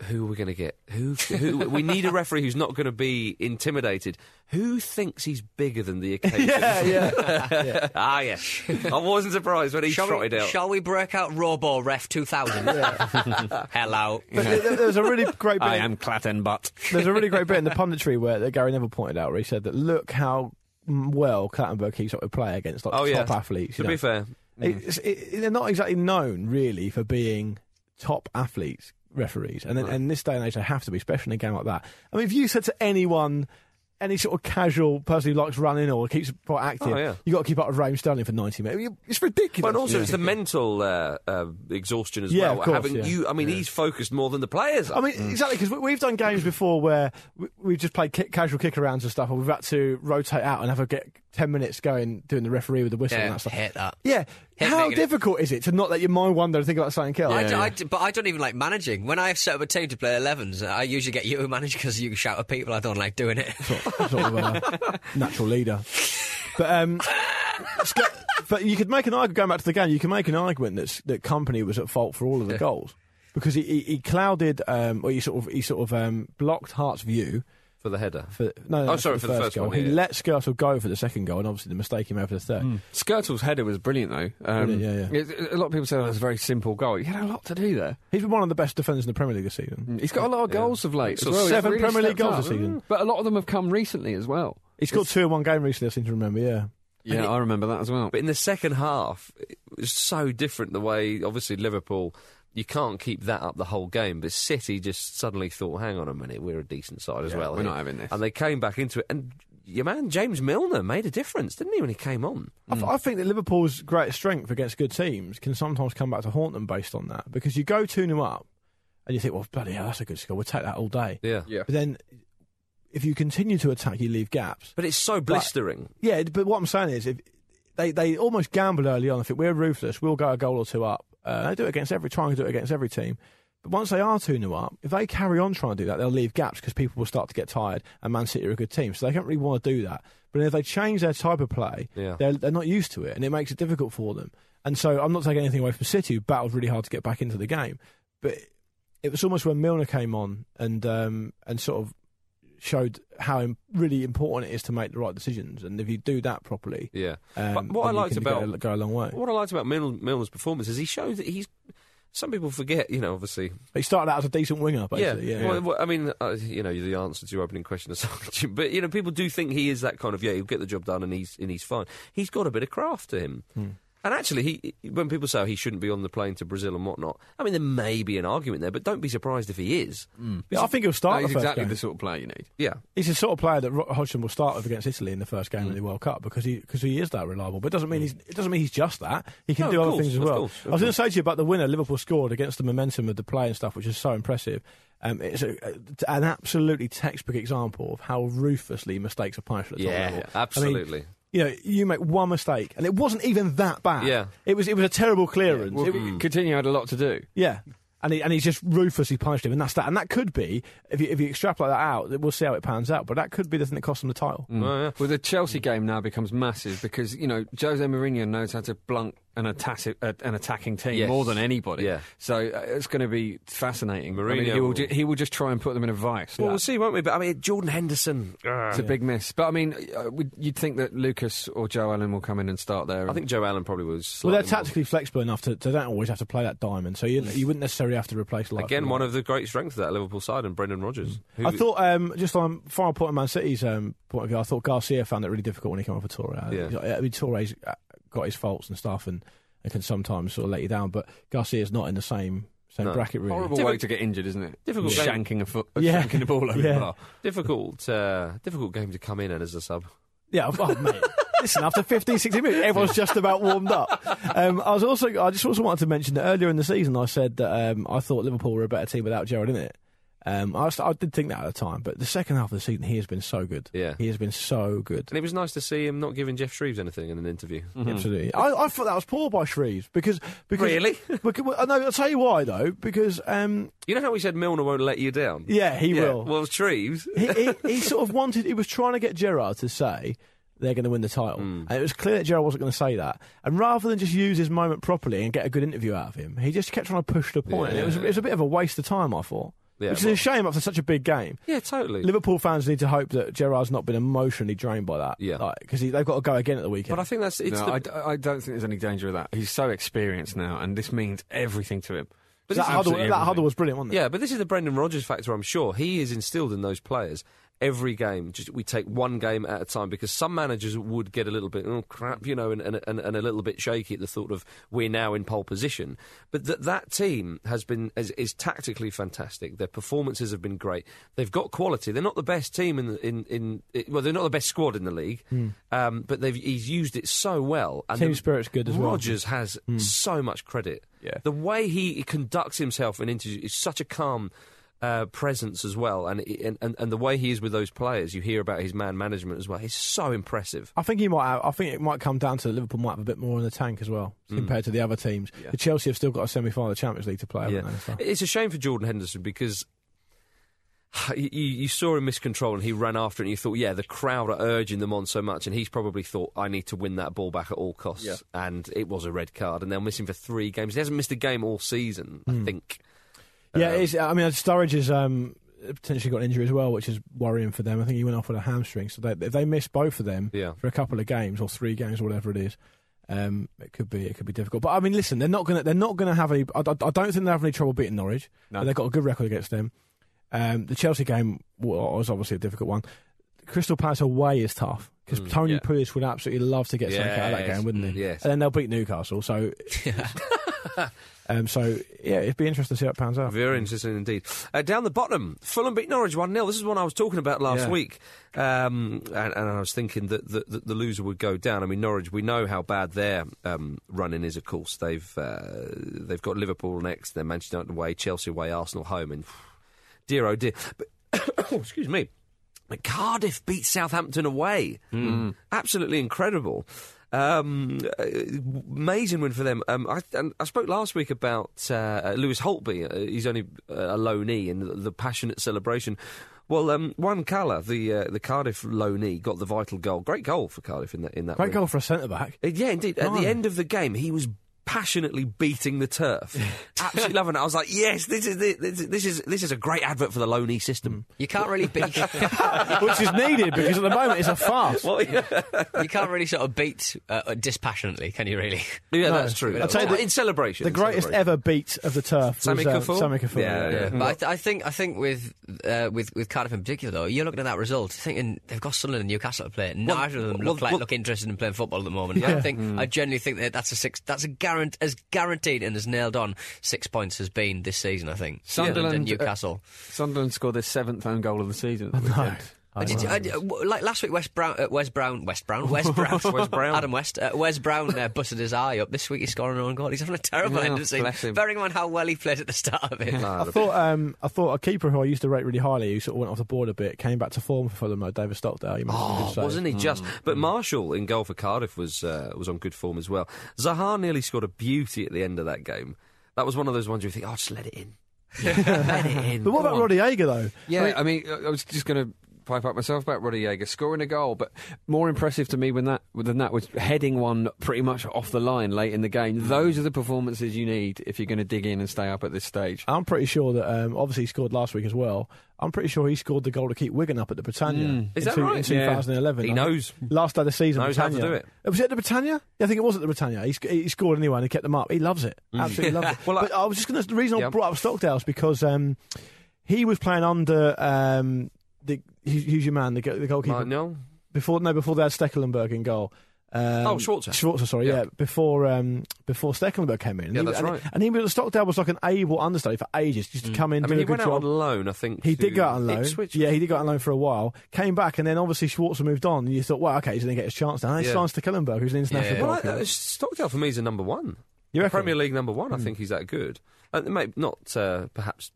S2: Wh- Who are we going to get? Who, who we need a referee who's not going to be intimidated. Who thinks he's bigger than the occasion?
S3: yeah, yeah.
S2: ah, yes. I wasn't surprised when he
S4: Shall
S2: trotted
S4: we,
S2: out.
S4: shall we break out Robo Ref 2000? Hello.
S3: But there- there- there's a really great.
S5: I
S3: bit-
S5: am Clattenbutt.
S3: There's a really great bit in the punditry where that Gary Neville pointed out, where he said that look how mm, well Clattenburg keeps up with play against like
S2: oh yeah,
S3: top athletes.
S2: To
S3: you know.
S2: be fair, Mm.
S3: It's- it- they're not exactly known really for being top athletes referees, and then, and in this day and age they have to be, especially in a game like that. I mean, if you said to anyone. Any sort of casual person who likes running or keeps quite active,
S2: Oh, yeah.
S3: you got to keep up with Raheem Sterling for ninety minutes. I mean, It's ridiculous.
S2: But also, it's the mental uh, uh, exhaustion as
S3: Yeah,
S2: well.
S3: of course,
S2: Having
S3: yeah.
S2: you, I mean, he's focused more than the players.
S3: I mean, exactly because we've done games before where we- we've just played kick, casual kick arounds and stuff, and we've had to rotate out and have a get ten minutes going doing the referee with the whistle and
S4: Yeah,
S3: that stuff.
S4: hate that.
S3: Yeah,
S4: Hate
S3: how
S4: making it-
S3: difficult is it to not let your mind wander and think about something else?
S4: I d- I d- but I don't even like managing. When I have set up a team to play 11s, I usually get you to manage because you shout at people. I don't like doing it.
S3: sort, sort of uh, natural leader. But um, Sc- but you could make an argument going back to the game. You can make an argument that's, that company was at fault for all of the goals because he, he, he clouded um, or he sort of he sort of um, blocked Hart's view.
S2: for the header.
S3: For, no, no,
S2: Oh, sorry, for the first
S3: goal.
S2: one,
S3: he
S2: yeah. Mm.
S3: let Skirtle go for the second goal, and obviously the mistake he made for the third.
S5: Skirtle's header was brilliant, though. Um,
S3: Brilliant, yeah,
S5: it- A lot of people say oh, it's a very simple goal. He had a lot to do there.
S3: He's been one of the best defenders in the Premier League this season.
S5: He's got a lot of goals of late.
S2: Mm. So
S5: as well. He's
S3: seven
S5: really
S3: Premier League
S5: stepped
S3: goals
S5: up.
S3: this season.
S5: but a lot of them have come recently as well.
S3: He scored two in one game recently. I seem to remember. Yeah,
S5: Yeah, I remember that as well.
S2: But in the second half, it was so different the way, obviously, Liverpool, you can't keep that up the whole game. But City just suddenly thought, hang on a minute, we're a decent side as well.
S5: we're
S2: here."
S5: not having this.
S2: And they came back into it. And your man, James Milner, made a difference, didn't he, when he came on?
S3: I, th- I think that Liverpool's greatest strength against good teams can sometimes come back to haunt them based on that because you go two 0 up and you think, well, bloody hell, that's a good score. We'll take that all day.
S2: Yeah.
S3: But then, if you continue to attack, you leave gaps.
S2: But it's so blistering.
S3: Yeah, but what I'm saying is, if they they almost gamble early on. I think we're ruthless. We'll go a goal or two up. Uh, they do it against every try and do it against every team. But once they are 2 0 up, if they carry on trying to do that, they'll leave gaps because people will start to get tired and Man City are a good team. So they don't really want to do that. But if they change their type of play,
S2: Yeah.
S3: they're, they're not used to it and it makes it difficult for them. And so I'm not taking anything away from City, who battled really hard to get back into the game. But it was almost when Milner came on and um, and sort of showed how im- really important it is to make the right decisions. And if you do that properly,
S2: Yeah.
S3: um,
S2: But what I
S3: then you
S2: liked
S3: can
S2: about-
S3: go, go a long way.
S2: What I liked about Milner, Milner's performance is he showed that he's. Some people forget, you know, obviously.
S3: He started out as a decent winger, basically. Yeah,
S2: Well, well, I mean, uh, you know, the answer to your opening question is but you know,
S3: Hmm.
S2: people do think he is that kind of yeah, he'll get the job done and he's and he's fine. He's got a bit of craft to him. And actually, he he- when people say oh, he shouldn't be on the plane to Brazil and whatnot, I mean, there may be an argument there, but don't be surprised if he is.
S3: Yeah, I think he'll start
S5: he's
S3: the first
S5: exactly
S3: game.
S5: the sort of player you need.
S2: Yeah.
S3: He's the sort of player that Ro- Hodgson will start with against Italy in the first
S2: Mm.
S3: game of the World Cup because he because he is that reliable. But it doesn't mean he's it doesn't mean he's just that. He can
S2: No,
S3: do
S2: of
S3: other
S2: course,
S3: things as
S2: of
S3: well.
S2: course, of
S3: I was going to say to you about the winner Liverpool scored against the momentum of the play and stuff, which is so impressive. Um, it's a, an absolutely textbook example of how ruthlessly mistakes are punished at the top
S2: Yeah,
S3: level. I mean,
S2: absolutely.
S3: you know, you make one mistake, and it wasn't even that bad.
S2: Yeah.
S3: it was it was a terrible clearance.
S5: Well,
S3: It-
S5: Coutinho had a lot to do.
S3: yeah. And, he, and he's just ruthlessly punished him, and that's that. And that could be, if you, if you extrapolate that out, we'll see how it pans out. But that could be the thing that cost them the title.
S2: Mm.
S5: Well, the Chelsea game now becomes massive because you know Jose Mourinho knows how to blunt an, attac- uh, an attacking team
S2: Yes.
S5: more than anybody.
S2: Yeah.
S5: So uh, it's going to be fascinating. I mean,
S2: Mourinho
S5: he, will
S2: will-
S5: ju- he will just try and put them in a vice.
S2: Well, we'll see, won't we? But I mean, Jordan Henderson.
S5: It's a big miss. But I mean, uh, would- you'd think that Lucas or Joe Allen will come in and start there.
S2: I think Joe Allen probably was.
S3: Well, they're
S2: slightly more-
S3: tactically flexible enough to, to don't always have to play that diamond, so you, you wouldn't necessarily have to replace. Like
S2: Again, one of the great strengths of that Liverpool side and Brendan Rodgers. who-
S3: I thought um, just on final point of Man City's um, point of view, I thought Garcia found it really difficult when he came off for Torre. I-
S2: Yeah.
S3: I mean, Torre's uh, got his faults and stuff, and, and can sometimes sort of let you down. But Garcia's not in the same same
S2: No.
S3: bracket really.
S5: horrible
S2: Diffi-
S5: way to get injured, isn't it?
S2: Difficult game.
S5: Shanking a foot, uh,
S3: Yeah.
S5: shanking a ball over
S3: Yeah.
S5: the bar.
S2: Difficult, uh, difficult game to come in and as a sub.
S3: Yeah, oh, mate. Listen, after 15, 16 minutes, everyone's just about warmed up. Um, I was also, I just also wanted to mention that earlier in the season, I said that um, I thought Liverpool were a better team without Gerrard in it. Um, I, was- I did think that at the time, but the second half of the season, he has been so good.
S2: Yeah.
S3: he has been so good.
S2: And it was nice to see him not giving Jeff Shreves anything in an interview.
S3: Absolutely, I, I thought that was poor by Shreves because because
S2: Really?
S3: Because, well, no, I'll tell you why though because um,
S2: You know how we said Milner won't let you down?
S3: yeah, he
S2: Yeah,
S3: will.
S2: Well, Shreves.
S3: he, he, he sort of wanted, he was trying to get Gerard to say they're going to win the title.
S2: Mm.
S3: And it was clear that Gerard wasn't going to say that. And rather than just use his moment properly and get a good interview out of him, he just kept trying to push the point. And it was, it was a bit of a waste of time, I thought.
S2: Yeah,
S3: Which is
S2: well-
S3: a shame after such a big game.
S2: Yeah, totally.
S3: Liverpool fans need to hope that Gerard's not been emotionally drained by that.
S2: Yeah.
S3: Because they've got to go again at the weekend.
S2: But I think that's it's
S5: no,
S2: the,
S5: I d- I, don't think there's any danger of that. He's so experienced now, and this means everything to him.
S3: that, huddle,
S5: Absolutely
S3: that huddle
S5: everything.
S3: was brilliant, wasn't it?
S2: Yeah, but this is the Brendan Rodgers factor, I'm sure. He is instilled in those players every game. Just we take one game at a time because some managers would get a little bit oh crap, you know, and, and, and, and a little bit shaky at the thought of we're now in pole position. But that that team has been is, is tactically fantastic. Their performances have been great. They've got quality. They're not the best team in the- in in, it- well, they're not the best squad in the league. Um, but they've he's used it so well. And
S3: Hmm. Team
S2: the-
S3: spirit's good as well.
S2: Rodgers has so much credit.
S5: Yeah.
S2: The way he conducts himself in interviews is such a calm uh, presence as well, and, and and and the way he is with those players, you hear about his man management as well. He's so impressive.
S3: I think he might. Have, I think it might come down to Liverpool might have a bit more in the tank as well compared to the other teams. The Chelsea have still got a semi-final of the Champions League to play. haven't they, and stuff.
S2: It's a shame for Jordan Henderson because you, you saw him miscontrol and he ran after it and you thought, yeah, the crowd are urging them on so much. And he's probably thought, I need to win that ball back at all costs. And it was a red card. And they'll miss him for three games. He hasn't missed a game all season, I think.
S3: Yeah,
S2: Um,
S3: it's, I mean, Sturridge has um, potentially got an injury as well, which is worrying for them. I think he went off with a hamstring, so they, if they miss both of them
S2: Yeah.
S3: for a couple of games or three games or whatever it is, um, it could be it could be difficult. But I mean, listen, they're not gonna they're not gonna have any. I, I- I don't think they have any trouble beating Norwich. But They've got a good record against them. Um, the Chelsea game wa- was obviously a difficult one. Crystal Palace away is tough because Tony
S2: Mm, yeah.
S3: Pulis would absolutely love to get something out of that
S2: Yes,
S3: game, wouldn't
S2: mm,
S3: he?
S2: yes.
S3: And then they'll beat Newcastle. So, um, so yeah, it'd be interesting to see how it pans out.
S2: Very interesting indeed. Uh, down the bottom, Fulham beat Norwich 1 0. This is one I was talking about last
S5: Yeah.
S2: week. Um, and, and I was thinking that the, that the loser would go down. I mean, Norwich, we know how bad their um, running is, of course. They've, uh, they've got Liverpool next, then Manchester United away, Chelsea away, Arsenal home. And dear, oh dear. But, oh, excuse me. But Cardiff beat Southampton away. Absolutely incredible. Um, uh, amazing win for them. Um, I, and I spoke last week about uh, Lewis Holtby. Uh, he's only uh, a loanee and the, the passionate celebration. Well, um, Juan Cala, the uh, the Cardiff loanee, got the vital goal. Great goal for Cardiff in that in that.
S3: Great
S2: win.
S3: goal for a centre back.
S2: Uh, Yeah, indeed. At the
S3: Blimey.
S2: end of the game, he was passionately beating the turf. Absolutely loving it. I was like, yes, this is this, is- this is this is a great advert for the low knee system.
S4: You can't really beat.
S3: which is needed because at the moment it's a farce.
S2: Well, yeah,
S4: you can't really sort of beat uh, dispassionately, can you? Really?
S2: yeah, that's true. Oh,
S3: I'll tell you the-
S2: in celebration,
S3: the
S2: in
S3: greatest
S2: celebration.
S3: ever beat of the turf
S2: Sami
S3: was uh,
S2: Kufur?
S3: Sami Kufur.
S2: Yeah, yeah.
S4: But I, th- I think I think with uh, with with Cardiff in particular, though, you're looking at that result, thinking they've got Sunderland and Newcastle to play. Neither of them
S2: well,
S4: look like
S2: well-
S4: look interested in playing football at the moment. I think I genuinely think that that's a six. That's a guarant- as guaranteed and as nailed on six points has been this season. I think
S5: Sunderland,
S4: and
S5: uh,
S4: Newcastle.
S5: Sunderland scored their seventh own goal of the season. at the weekend.
S4: Uh, did you- uh, d- uh, w- like last week, West Brown, uh, Wes Brown, West Brown, Wes Brown, Wes Brown, Adam West, uh, Wes Brown uh, busted his eye up. This week he's scoring an own goal. He's having a terrible
S5: Yeah,
S4: end of the season.
S5: bless him.
S4: Bearing in mind how well he played at the start of it.
S3: I thought um, I thought a keeper who I used to rate really highly, who sort of went off the board a bit, came back to form for Fulham. Uh, David Stockdale, you might
S2: Oh,
S3: say.
S2: wasn't he just? But Marshall in goal for Cardiff was uh, was on good form as well. Zaha nearly scored a beauty at the end of that game. That was one of those ones you think, oh, just let it in. let it in.
S3: But what
S2: Come
S3: about
S2: on.
S3: Roddy Ager though?
S5: Yeah, I mean, I I was just going to pipe up myself about Roddy Yeager scoring a goal, but more impressive to me when that than that was heading one pretty much off the line late in the game. Those are the performances you need if you're going to dig in and stay up at this stage.
S3: I'm pretty sure that um, obviously he scored last week as well. I'm pretty sure he scored the goal to keep Wigan up at the Britannia.
S2: Mm. Is
S3: in
S2: that
S3: two-
S2: right?
S3: In
S2: Yeah.
S3: 2011,
S2: He knows.
S3: Last day of the season,
S2: Knows how to
S3: Britannia.
S2: do
S3: Uh, Was it at the Britannia? Yeah, I think it was at the Britannia. He, sc- he scored anyway and he kept them up. He loves it. Absolutely loves it.
S2: Mm. Well, I-
S3: but I was just going to. The reason I
S2: Yeah.
S3: brought up Stockdale is because um, he was playing under um, the who's who's your man, the, go- the goalkeeper
S2: Like, no.
S3: before no before they had Stekelenburg in goal. Um,
S2: Oh, Schwarzer.
S3: Schwarzer, sorry,
S2: Yeah.
S3: yeah. Before um, before Stekelenburg came in. And
S2: Yeah,
S3: he,
S2: that's
S3: and,
S2: right. Mm.
S3: And he was Stockdale was like an able understudy for ages, just to come in,
S2: I
S3: do
S2: mean,
S3: a
S2: he
S3: good
S2: went out
S3: job.
S2: on loan, I think.
S3: he
S2: to
S3: did go out on loan.
S2: Ipswich.
S3: Yeah, he did go out on loan for a while. Came back, and then obviously Schwarzer moved on. And you thought, well, okay, he's going to get his chance now. And it's
S2: Yeah.
S3: Lance Stekelenburg, who's an international
S4: Yeah.
S2: Well, I,
S3: goalkeeper.
S2: uh, Stockdale for me is a number one.
S3: You reckon?
S2: Premier League number
S3: Hmm.
S2: one. I think he's that good. Uh, maybe not uh, perhaps.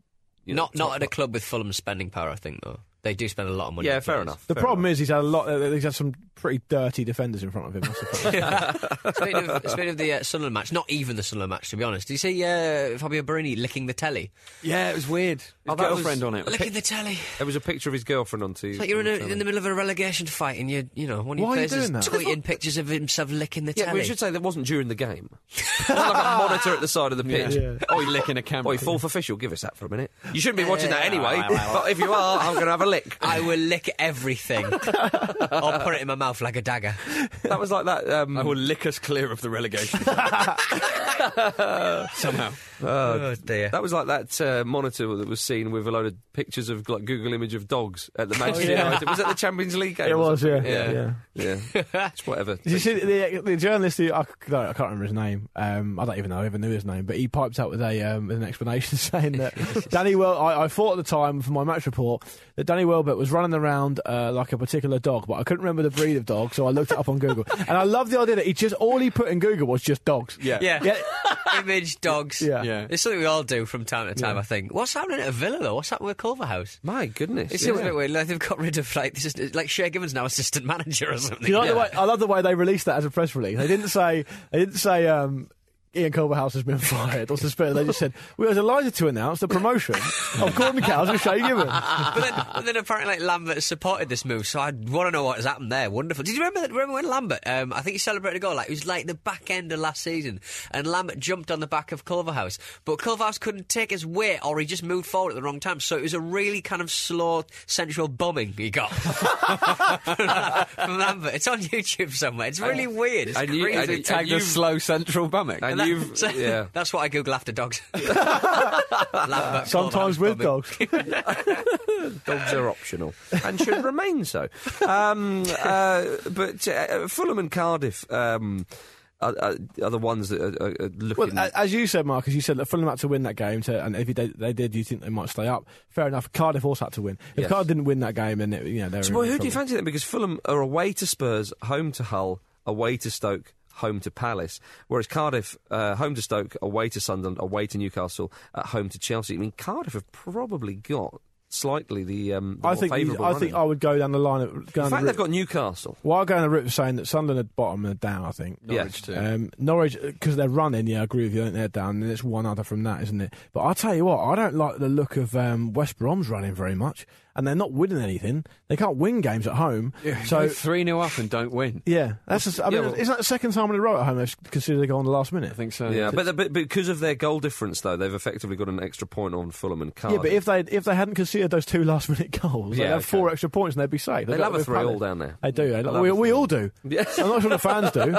S2: You know,
S4: not not at a
S2: top-
S4: club with Fulham's spending power. I think though they do spend a lot of money.
S2: Yeah,
S4: on
S2: fair
S4: players.
S2: enough.
S3: the
S2: fair
S3: problem
S2: enough.
S3: is he's had a lot. Uh, he's had some pretty dirty defenders in front of him. That's the problem.
S4: speaking, of, speaking of the uh, Sunderland match, not even the Sunderland match to be honest. Do you see uh, Fabio Barini licking the telly?
S5: Yeah, it was weird. His
S2: Oh, that was-
S5: girlfriend on it.
S4: Licking the telly.
S2: there was a picture of his girlfriend on TV.
S4: It's like you're in, a, in the middle of a relegation fight, and you you know one of
S3: Why
S4: your
S3: are you
S4: players is
S3: doing that?
S4: tweeting pictures of himself licking the
S2: Yeah,
S4: telly.
S2: we should say that wasn't during the game. It was like a monitor at the side of the pitch.
S3: Yeah.
S2: Oh, you
S5: Licking a camera.
S2: Oi, fourth official, give us that for a minute. You shouldn't be watching that anyway, but if you are, I'm going to have a lick.
S4: I will lick everything. I'll put it in my mouth like a dagger.
S2: That was like that. Um,
S5: I will lick us clear of the relegation somehow.
S4: Oh dear.
S2: that was like that uh, monitor that was seen with a load of pictures of like Google image of dogs at the Manchester
S3: yeah.
S2: United. Was that the Champions League game?
S3: It
S2: or
S3: was,
S2: something?
S3: yeah,
S2: yeah, yeah. It's whatever.
S3: Did you see the, the journalist who I, c- no, I can't remember his name? Um, I don't even know I ever knew his name, but he piped out with a um, with an explanation saying that Danny Well, I, I thought at the time for my match report that Danny Welbeck was running around uh, like a particular dog, but I couldn't remember the breed of dog, so I looked it up on Google, and I love the idea that he just all he put in Google was just dogs.
S5: Yeah.
S4: yeah. Image dogs.
S3: Yeah.
S5: Yeah.
S4: It's something we all do from time to time, I think. What's happening at Villa though? What's happening with Culverhouse?
S2: My goodness.
S4: It seems
S2: yeah.
S4: a bit weird. Like they've got rid of like this is like Shea Gibbons now assistant manager or something.
S3: Do you like the
S4: Yeah.
S3: way? I love the way they released that as a press release. They didn't say. They didn't say. Um, Ian Culverhouse has been fired or suspended. They just said, we are delighted to announce the promotion of Gordon Cowles and Shay Gibbons.
S4: but, then, but then apparently like Lambert supported this move, so I want to know what has happened there. Wonderful. Did you remember that? Remember when Lambert? Um, I think he celebrated a goal. Like it was like the back end of last season, and Lambert jumped on the back of Culverhouse, but Culverhouse couldn't take his weight, or he just moved forward at the wrong time. So it was a really kind of slow sensual bombing he got from Lambert. It's on YouTube somewhere. It's really weird. It's
S2: and you-
S4: crazy.
S2: and you-
S5: Tag the
S2: you've-
S5: slow central bumming.
S2: And
S4: That-
S2: you've,
S4: so-
S2: yeah.
S4: That's what I Google after dogs. Lambert
S3: Sometimes
S4: Culverhouse
S3: with
S4: bombing.
S3: dogs.
S2: Dogs are optional and should remain so. Um, uh, but uh, Fulham and Cardiff um, are, are are the ones that are, are- are
S3: Well,
S2: looking.
S3: a- as you said, Marcus, you said that Fulham had to win that game, to, and if they, they did, you think they might stay up. Fair enough. Cardiff also had to win. If
S2: Yes.
S3: Cardiff didn't win that game, then it, you know they were.
S2: So,
S3: in
S2: well,
S3: real
S2: who do you
S3: trouble.
S2: fancy then? Because Fulham are away to Spurs, home to Hull, away to Stoke, home to Palace. Whereas Cardiff, uh, home to Stoke, away to Sunderland, away to Newcastle, at home to Chelsea. I mean, Cardiff have probably got slightly the, um, the
S3: I
S2: more
S3: think you-
S2: favourable
S3: I think I
S2: running.
S3: would go down the line. Of, go
S2: In
S3: down
S2: fact,
S3: the
S2: they've
S3: route,
S2: got Newcastle.
S3: while going the route of saying that Sunderland at bottom and down, I think.
S2: Norwich
S5: too.
S3: Um, Norwich because they're running. Yeah, I agree with you. I think they're down, and it's one other from that, isn't it? But I will tell you what, I don't like the look of um, West Brom's running very much. and they're not winning anything. They can't win games at home. so
S5: three 0 up and don't win.
S3: yeah, that's just, I mean,
S2: well-
S3: isn't that the second time in a row at home they've considered they go on the last minute?
S5: I think so.
S2: Yeah, but, but because of their goal difference, though, they've effectively got an extra point on Fulham and
S3: Yeah,
S2: Cardiff.
S3: but if they if they hadn't conceded those two last minute goals, they'd
S2: Yeah,
S3: have four
S2: okay.
S3: extra points and they'd be safe.
S2: They
S3: They'd
S2: love
S3: be
S2: a three
S3: panicked.
S2: all down there.
S3: They do. They
S2: love
S3: we,
S2: a
S3: we
S2: three.
S3: all do.
S2: Yeah.
S3: I'm not sure the fans do.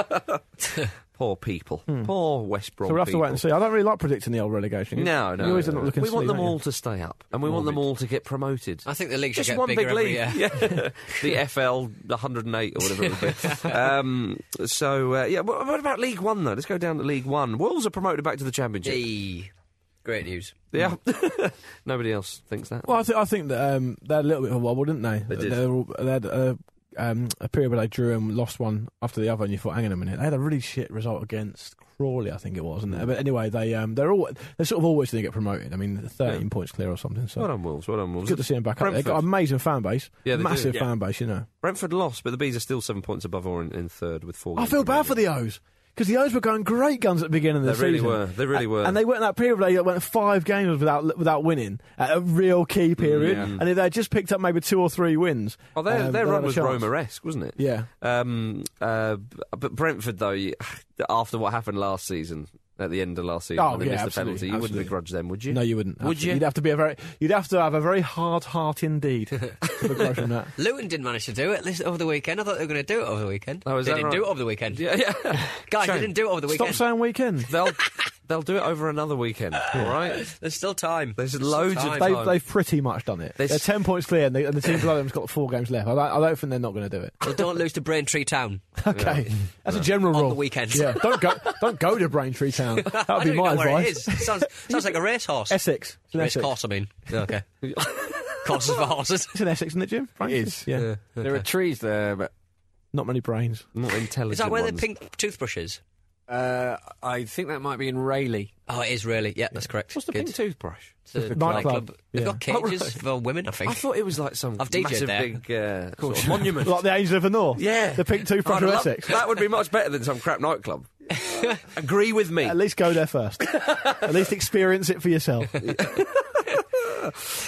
S3: So
S2: Poor people. Poor West Brom.
S3: Hmm. we'll have to
S2: people.
S3: wait and see. I don't really like predicting the old relegation.
S2: No, no.
S3: You always
S2: no,
S3: end up
S2: no.
S3: looking
S2: We want
S3: silly,
S2: them
S3: don't you?
S2: all to stay up, and we want them all to get promoted.
S4: I think the league should
S2: Just
S4: get
S2: one
S4: bigger
S2: big
S4: every
S2: league,
S4: year.
S2: yeah. the FL 108 or whatever it would be. Um, so uh, yeah, what, what about League One though? Let's go down to League One. Wolves are promoted back to the Championship.
S4: Hey, Great news.
S2: Yeah, nobody else thinks that.
S3: Well, I, th- I think that um, they had a little bit of a wobble, didn't they? They
S2: did.
S3: They, were all, they had a, um, a period where they drew and lost one after the other, and you thought, hang on a minute, they had a really shit result against Crawley, I think it was,
S2: Hmm.
S3: and but anyway, they um, they're all they're sort of always going to get promoted. I mean, thirteen points clear or something. So
S2: Well done, Wolves. Well done, Wolves.
S3: good to see them back up. They've got
S2: Brentford.
S3: an amazing fan base,
S2: Yeah, they do,
S3: massive
S2: yeah.
S3: fan base, you know.
S2: Brentford lost, but the Bees are still seven points above or in, in third with four.
S3: I
S2: games
S3: feel bad
S2: remaining.
S3: for the O's because the O's were going great guns at the beginning of the
S2: They really
S3: season.
S2: were. They really
S3: A-
S2: were.
S3: And they went in that period where they went five games without without winning at a real key period. And if they had just picked up maybe two or three wins,
S2: Mm, Oh, their, their
S3: um, they'd
S2: run
S3: had a
S2: was
S3: chance.
S2: Roma-esque, wasn't it?
S3: Yeah.
S2: Um, uh, b- but Brentford, though, you- after what happened last season, at the end of last season,
S3: Oh,
S2: when they
S3: yeah,
S2: missed the
S3: absolutely,
S2: penalty, you
S3: absolutely.
S2: wouldn't begrudge them, would you?
S3: No, you wouldn't.
S2: Would
S3: Absolutely.
S2: you?
S3: You'd have to be a very. You'd have to have a very hard heart indeed to begrudge them that.
S4: Luton didn't manage to do it this, over the weekend. I thought they were going to do it over the weekend.
S2: Oh, is
S4: they
S2: that
S4: didn't
S2: right?
S4: do it over the weekend.
S2: Yeah, yeah.
S4: Guys,
S2: Shame.
S4: they didn't do it over the
S3: Stop
S4: weekend.
S3: saying weekend.
S2: They'll they'll do it over another weekend, all right?
S4: There's still time.
S2: There's
S4: still
S2: loads of
S4: time.
S2: time.
S3: They've, they've pretty much done it.
S2: They
S3: They're
S2: s-
S3: ten points clear, and, they, and the team below them's got four games left. I, don't- I don't think they're not going to do it.
S4: Well, don't lose to Braintree Town.
S3: Okay, that's a general
S4: On
S3: rule.
S4: the weekend.
S3: yeah. Don't go. Don't go to Braintree Town. That
S4: I
S3: would
S4: don't
S3: be
S4: even
S3: my
S4: know where it
S3: advice.
S4: is. Sounds, sounds like a racehorse.
S3: Essex. It's in
S4: Race
S3: Essex.
S4: course, I mean. Okay. Courses for horses.
S3: It's in Essex, isn't it, Jim? Frank?
S5: It is.
S3: Yeah.
S5: There are trees there, but
S3: Not many brains.
S2: Not intelligent.
S4: Is that where the
S2: ones.
S4: pink toothbrush is?
S5: uh, I think that might be in Rayleigh.
S4: Oh, it is really. Yeah, that's correct.
S2: What's the
S4: Good.
S2: pink toothbrush?
S4: It's a
S3: Nightclub.
S4: They've
S3: Yeah.
S4: got cages
S2: Oh, right.
S4: for women, I think.
S2: I thought it was like some
S4: I've DJ'd
S2: massive
S4: there.
S2: big uh, sort of monument.
S3: Like the Angel of the North.
S2: yeah,
S3: The
S4: Oh,
S3: pink toothbrush
S2: I'd
S3: of
S2: love-
S3: Essex.
S2: That would be much better than some crap nightclub. Agree with me.
S3: At least go there first. At least experience it for yourself.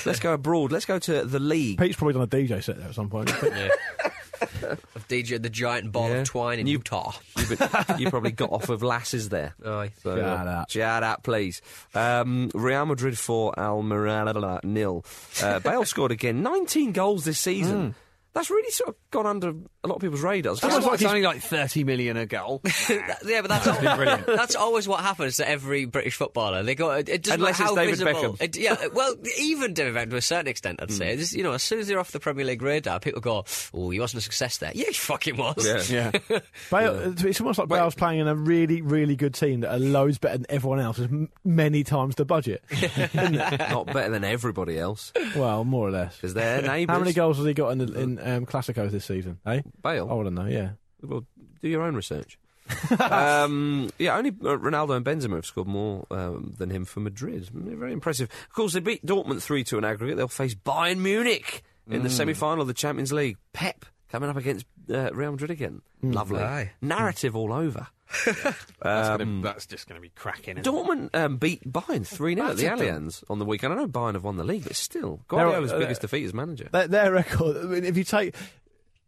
S2: Let's go abroad. Let's go to the league.
S3: Pete's probably done a DJ set there at some point.
S4: I've DJed the giant ball
S2: Yeah.
S4: of twine in
S2: You-
S4: Utah.
S2: you, but you probably got off of lasses there.
S4: Aye.
S2: So,
S3: Shut
S2: uh,
S3: up.
S2: Shut up, please. Um, Real Madrid 4, Almeria nil. Uh, Bale scored again. 19 goals this season. That's really sort of gone under a lot of people's radars.
S5: It's only like thirty million a goal.
S4: yeah, but that's al- that's always what happens to every British footballer. They go. It it doesn't
S2: Unless
S4: matter
S2: it's
S4: how
S2: David
S4: visible.
S2: Beckham. Hmm.
S4: It, yeah, well, even David Beckham to a certain extent, I'd say. Just, you know, as soon as they're off the Premier League radar, people go, "Oh, he wasn't a success there." Yeah, he fucking was.
S5: yeah.
S3: Bale, uh, It's almost like Bale's playing in a really, really good team that are loads better than everyone else, is m- many times the budget.
S2: Not better than everybody else.
S3: well, more or less.
S2: Because they're neighbours.
S3: How many goals has he got in, the, in um, Classicos this season? Eh?
S2: Bale?
S3: I don't know, yeah.
S2: Well, do your own research. um, yeah, only uh, Ronaldo and Benzema have scored more um, than him for Madrid. Very impressive. Of course, they beat Dortmund 3 2 in aggregate. They'll face Bayern Munich in the semi final of the Champions League. Pep coming up against uh, Real Madrid again. Lovely.
S4: Aye.
S2: Narrative all over.
S5: That's, gonna, that's just going to be cracking. isn't it?
S2: Dortmund um, beat Bayern 3 0 at the
S3: Battered them.
S2: Allianz on the weekend. I know Bayern have won the league, but still, Guardiola's
S3: uh,
S2: biggest defeat as manager.
S3: Their, their record, I mean, if you take,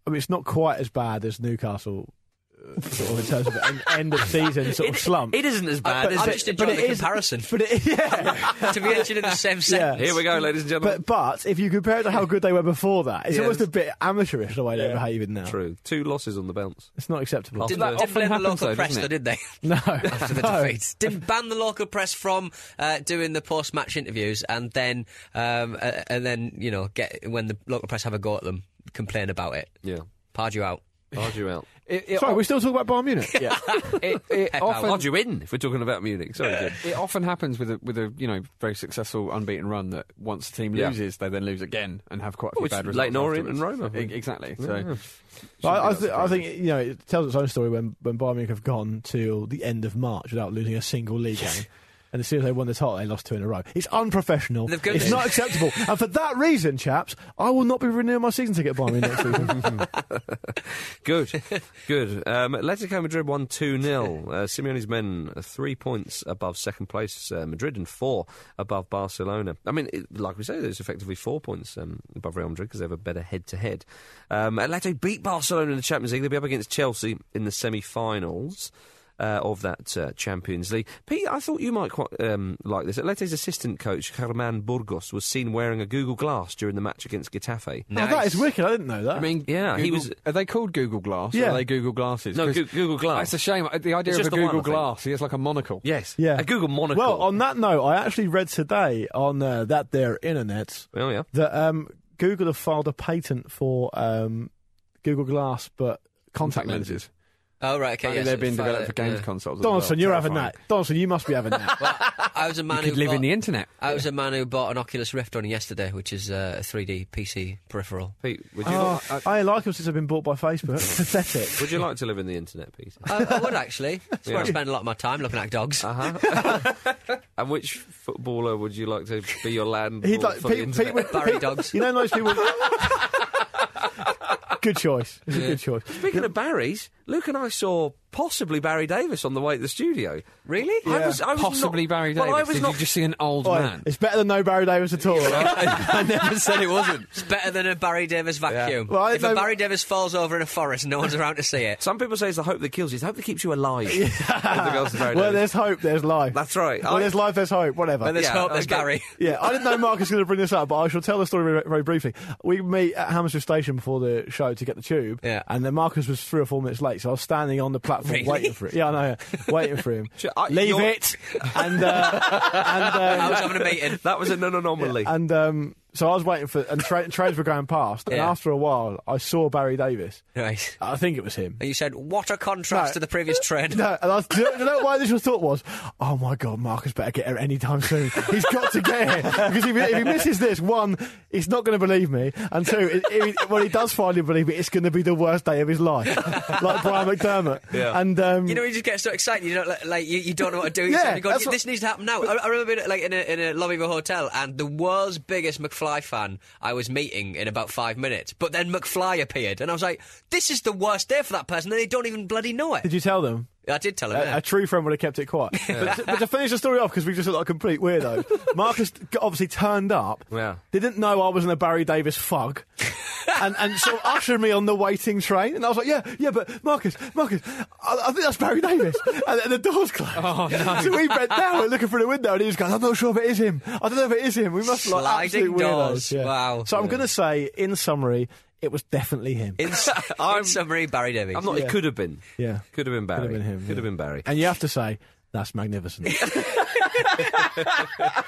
S3: I mean, it's not quite as bad as Newcastle, uh, sort of in terms of an end of season sort of slump.
S2: It isn't as bad,
S4: But
S2: is
S4: I'm
S2: it?
S4: just enjoying the comparison
S3: But it, yeah,
S4: to be mentioned in the same sentence.
S2: Here we go, ladies and gentlemen.
S3: but but if you compare it to how good they were before that, it's
S2: Yes.
S3: almost a bit amateurish the way they're behaving now.
S2: True. Two losses on the bounce.
S3: It's not acceptable.
S2: Did that
S4: Didn't, didn't
S2: often
S4: blame the
S2: happens
S4: local
S2: though,
S4: press,
S2: doesn't
S4: though,
S2: it?
S4: did they?
S3: no,
S4: After the
S3: No.
S4: defeat, didn't ban the local press from uh, doing the post-match interviews, and then um, uh, and then you know get when the local press have a go at them, complain about it,
S2: Yeah.
S4: pard you out.
S2: Hard you out.
S5: It- it-
S3: Sorry, we still talking about Bayern Munich. Yeah,
S5: it- it
S4: Pep
S5: often-
S2: Hard you in if we're talking about Munich. Sorry, Jim.
S5: It often happens with a with a you know very successful unbeaten run that once the team
S2: Yeah.
S5: loses they then lose again and have quite a few
S2: Which
S5: bad results.
S2: Leighton Orient
S5: afterwards.
S2: and Roma.
S5: E- exactly. So
S3: I, I,
S5: Shouldn't be
S3: th-
S5: that
S3: I think you know it tells its own story when when Bayern Munich have gone till the end of March without losing a single league game. and as soon as they won the title, they lost two in a row. It's unprofessional.
S4: They've got
S3: It's
S4: it.
S3: not acceptable. and for that reason, chaps, I will not be renewing my season ticket by me next season.
S2: Good, good. Um, Atletico Madrid won 2 0. Uh, Simeone's men are three points above second place uh, Madrid and four above Barcelona. I mean, it, like we say, there's effectively four points um, above Real Madrid because they have a better head to head. Um, Atletico beat Barcelona in the Champions League. They'll be up against Chelsea in the semi finals. Uh, of that uh, Champions League. Pete, I thought you might quite um, like this. Atletico's assistant coach, Carmen Burgos, was seen wearing a Google Glass during the match against Getafe.
S3: Oh, that is wicked. I didn't know that.
S5: I mean,
S2: Yeah, he
S5: Google-
S2: was-
S5: Are they called Google Glass? Or
S3: Yeah.
S5: are they Google glasses?
S2: No,
S5: 'Cause
S2: Goo- Google Glass.
S5: It's a shame. The idea
S2: It's
S5: of
S2: just
S5: a
S2: the one,
S5: Google
S2: I think.
S5: Glass. He has like a monocle.
S2: Yes.
S3: yeah.
S2: A Google monocle.
S3: Well, on that note, I actually read today on uh, that there internet
S2: Oh, yeah.
S3: that um, Google have filed a patent for um, Google Glass, but contact lenses.
S4: Oh, right, okay.
S5: Apparently
S4: yes,
S5: they're being
S4: fi-
S5: developed for games
S4: yeah.
S5: consoles. as
S3: Donaldson,
S5: well.
S3: you're having
S5: Terrifying.
S3: that. Donaldson, you must be having that.
S4: I was a man
S5: You could
S4: who
S5: live
S4: bought,
S5: in the internet.
S4: I was a man who bought an Oculus Rift on yesterday, which is uh, a 3D PC peripheral.
S2: Pete, would you,
S3: Oh,
S2: uh,
S3: I ain't like them since I've been bought by Facebook. Pathetic.
S2: would you like to live in the internet, Pete?
S4: I, I would actually. That's where I
S2: Yeah.
S4: spend a lot of my time looking at dogs.
S5: Uh-huh.
S2: and which footballer would you like to be your landlord
S3: He'd like
S2: for the
S3: Pete,
S2: internet?
S3: Pete would
S4: Barry
S3: Pete-
S4: dogs.
S3: You know those people. good choice. It's a good choice.
S2: Speaking of Barry's, Luke and I saw possibly Barry Davis on the way to the studio.
S4: Really?
S2: I was, I was
S5: Possibly
S2: not-
S5: Barry Davis.
S2: Well, I was
S5: Did
S2: not.
S5: you just see an old
S3: Oi,
S5: man?
S3: it's better than no Barry Davis at all. right?
S5: I never said it wasn't.
S4: It's better than a Barry Davis vacuum.
S3: Well, I
S4: if a
S3: know-
S4: Barry Davis falls over in a forest, no one's around to see it.
S2: Some people say it's the hope that kills you. It's the hope that keeps you alive. With regards to Barry
S3: Where
S2: Davis.
S3: there's hope, there's life.
S2: That's right.
S3: Where
S2: I-
S3: there's life, there's hope. Whatever.
S4: There's
S2: Yeah,
S4: hope, there's
S2: okay.
S4: Barry.
S3: Yeah, I didn't know Mark was going to bring this up, but I shall tell the story very, very briefly. We meet at Hammersmith Station before the show to get the tube,
S4: Yeah.
S3: and then Marcus was three or four minutes late, so I was standing on the platform
S4: Really? uh,
S3: waiting for it. Yeah, I know, yeah, waiting for him.
S2: Sure, I-
S3: Leave
S2: you're-
S3: it, and uh, and uh,
S4: I was having a meeting.
S2: That was an anomaly.
S3: And um, so I was waiting for, and tra- trains were going past. And
S4: Yeah.
S3: after a while, I saw Barry Davis.
S4: Right.
S3: I think it was him.
S4: And you said, what a contrast
S3: No.
S4: to the previous trend.
S3: No, and I was, do you know what my initial thought was? Oh my God, Marcus better get here anytime soon. He's got to get here. Because if, he- if he misses this, one, he's not going to believe me. And two, it, it, when he does finally believe me, it's going to be the worst day of his life. like Brian McDermott.
S2: Yeah.
S3: And, um,
S4: You know, you just get so excited. You don't like- like you, you don't know what to do.
S3: Yeah,
S4: Yeah, you go,
S3: that's what-
S4: this needs to happen now. I, I remember being like in a, in a lobby of a hotel, and the world's biggest McFly fan I was meeting in about five minutes. But then McFly appeared, and I was like, this is the worst day for that person, and they don't even bloody know it.
S3: did you Uh, tell them?
S4: I did tell him.
S3: A,
S4: yeah.
S3: a true friend would have kept it quiet. But, to, but to finish the story off, because we just look like a complete weirdo, Marcus t- obviously turned up,
S2: Yeah.
S3: didn't know I was in a Barry Davis fug, and, and sort of ushered me on the waiting train. And I was like, yeah, yeah, but Marcus, Marcus, I, I think that's Barry Davis. and, then the door's closed.
S5: Oh, no.
S3: So we bent down, we're looking through the window, and he was going, I'm not sure if it is him. I don't know if it is him. We must look like
S4: Sliding
S3: absolute
S4: doors.
S3: weirdos. Yeah.
S4: Wow.
S3: So I'm
S4: Yeah.
S3: going to say, in summary, it was definitely him.
S4: in, s- in summary, Barry Davies.
S2: I'm not. It could have been.
S3: Yeah.
S2: Could have been Barry.
S3: have been him,
S2: Could have
S3: yeah.
S2: been Barry.
S3: and you have to say, that's magnificent.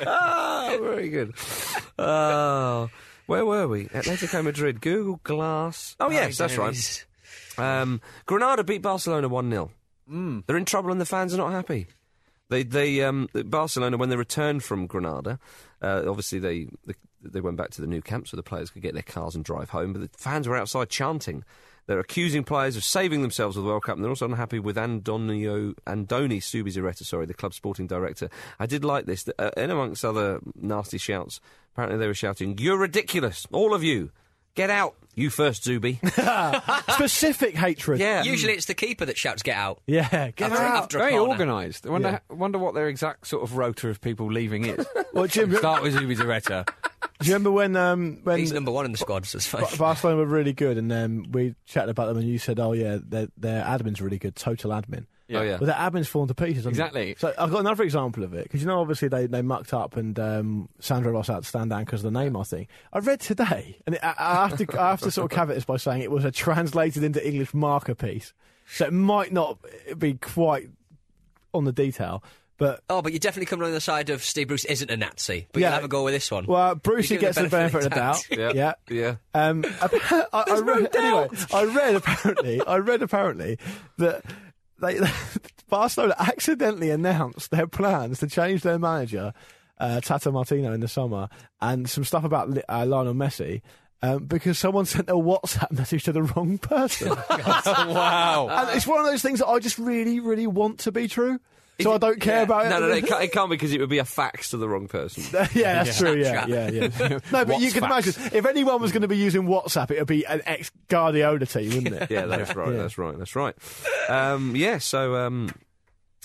S2: Oh, very good. Oh, where were we? Atletico Madrid, Google Glass. Oh, yes, that's right. Um, Granada beat Barcelona 1 0. They're in trouble and the fans are not happy. They, they, um, Barcelona, when they returned from Granada, uh, obviously they, they, they went back to the new camp so the players could get their cars and drive home, but the fans were outside chanting. They're accusing players of saving themselves with the World Cup, and they're also unhappy with Antonio Andoni Subizarreta, sorry, the club sporting director. I did like this. Uh, in amongst other nasty shouts, apparently they were shouting, You're ridiculous, all of you. Get out, you first, Zubi.
S3: Specific hatred.
S2: Yeah.
S4: Usually, it's the keeper that shouts, "Get out!"
S3: Yeah, get
S4: After-
S3: out.
S4: after a
S5: Very
S4: corner.
S5: organised. I wonder, wonder what their exact sort of rota of people leaving is.
S3: Well, Jim, do
S5: Start with Zubi Zaretta.
S3: you remember when um, when
S4: He's number one in the squad, so it's fine.
S3: Ba- Barcelona were really good, and um, we chatted about them, and you said, "Oh yeah, their their admin's really good, total admin."
S2: Oh, yeah.
S3: But their admin's fallen to pieces. hasn't it?
S5: Exactly.
S3: So I've got another example of it because you know, obviously they, they mucked up, and um, Sandra Ross had to stand down because of the name. I think I read today, and it, I, I have to I have to sort of caveat this by saying it was a translated into English marker piece, so it might not be quite on the detail, but
S4: Oh, but you definitely come along the side of Steve Bruce isn't a Nazi, but
S3: Yeah.
S4: you'll have a go with this one.
S3: Well, Brucey
S4: You give
S3: gets the benefit of the doubt.
S2: Yeah.
S3: Yeah.
S2: Yeah.
S3: Um, I, I read, Anyway, I read apparently. I read apparently that they Barcelona accidentally announced their plans to change their manager, uh, Tata Martino, in the summer, and some stuff about Li- uh, Lionel Messi. Um, because someone sent a WhatsApp message to the wrong person.
S5: wow.
S3: And it's one of those things that I just really, really want to be true. so I don't care
S4: yeah.
S3: about it.
S2: No, no, no, it can't, it can't because it would be a fax to the wrong person.
S3: yeah, that's true. Yeah,
S4: Snapchat.
S3: yeah, yeah. no, but you can
S2: What's
S3: imagine if anyone was going to be using WhatsApp, it would be an ex Guardiola team, wouldn't it?
S2: Yeah, that's right. That's right. That's right. Um, yeah. So um,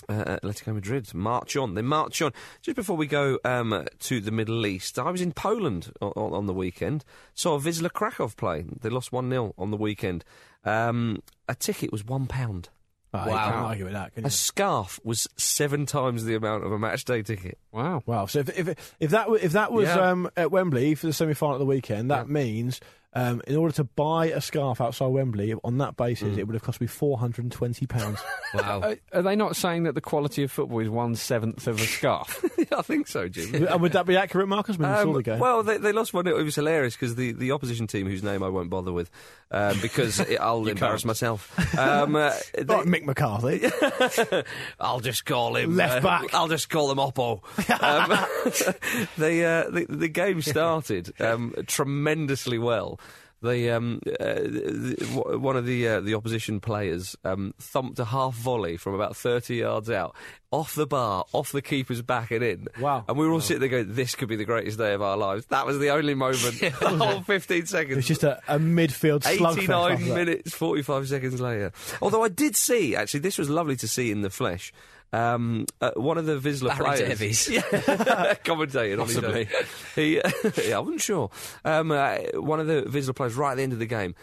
S2: uh, Atletico Madrid march on. They march on. Just before we go um, to the Middle East, I was in Poland on, on the weekend. Saw Wisla Krakow play. They lost one 0 on the weekend. Um, a ticket was one pound.
S3: Oh, you
S4: Wow.
S3: can't argue with that. Can you?
S2: A scarf was seven times the amount of a match day ticket.
S5: Wow.
S3: Wow. So if if if that wa- if that was
S2: Yeah.
S3: um, at Wembley for the semi final of the weekend, that means. Um, in order to buy a scarf outside Wembley, on that
S2: Hmm.
S3: basis, it would have cost me four hundred and twenty pounds.
S4: Wow.
S5: Are, are they not saying that the quality of football is one seventh of a scarf?
S2: I think so, Jim.
S3: and would that be accurate, Marcus? When you saw
S2: Um,
S3: the game,
S2: Well, they, they lost one. It was hilarious because the, the opposition team, whose name I won't bother with, um, because it, I'll embarrass myself. Um, uh, they-
S3: Not Mick McCarthy.
S2: I'll just call him uh,
S3: Left back.
S2: I'll just call him Oppo. Um, they, uh, the the game started um, tremendously well. They, um, uh, th- th- w- one of the uh, the opposition players um, thumped a half volley from about thirty yards out, off the bar, off the keeper's back and in.
S3: Wow.
S2: And we were all sitting there going, "This could be the greatest day of our lives." That was the only moment. the whole fifteen seconds.
S3: It's just a, a midfield slugfest. after
S2: 89
S3: that.
S2: minutes, 45 seconds later. Although I did see, actually, this was lovely to see in the flesh. Um, uh, one of the Vizsla
S4: Barry
S2: players
S4: Davies.
S2: commentating on his own. He, yeah, I wasn't sure. Um, uh, one of the Vizsla players, right at the end of the game,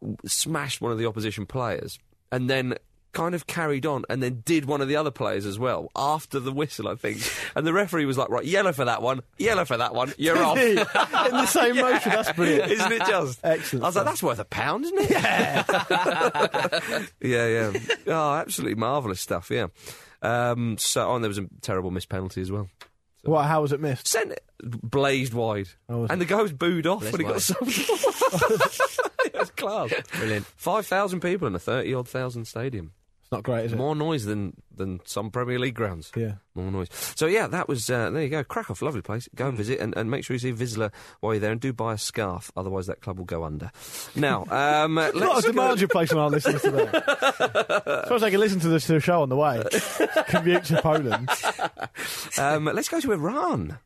S2: w- smashed one of the opposition players, and then. Kind of carried on and then did one of the other players as well after the whistle, I think. And the referee was like, Right, yellow for that one, yellow for that one, you're off.
S3: in the same motion. That's brilliant.
S2: Isn't it just?
S3: Excellent
S2: I was like, that's worth a pound, isn't it? Yeah. yeah, yeah. Oh, absolutely marvellous stuff, yeah. Um, so, oh, and there was a terrible missed penalty as well.
S3: Well, how was it missed?
S2: Sent it blazed wide.
S3: Oh, was
S2: and the guy was booed off when he got
S4: Blazed
S2: some. it was class.
S4: Brilliant.
S2: 5,000 people in a 30 odd thousand stadium.
S3: It's not great, is it?
S2: More noise than, than some Premier League grounds.
S3: Yeah.
S2: More noise. So yeah, that was uh, there. You go, Krakow, lovely place.
S3: Mm.
S2: Go and visit, and, and make sure you see Vizsla while you're there, and do buy a scarf, otherwise that club will go under. Now, um, let's
S3: Not a
S2: go-
S3: demand you're placing on our listeners today. Suppose I can listen to this to the show on the way. Commute to Poland.
S2: um, let's go to Iran.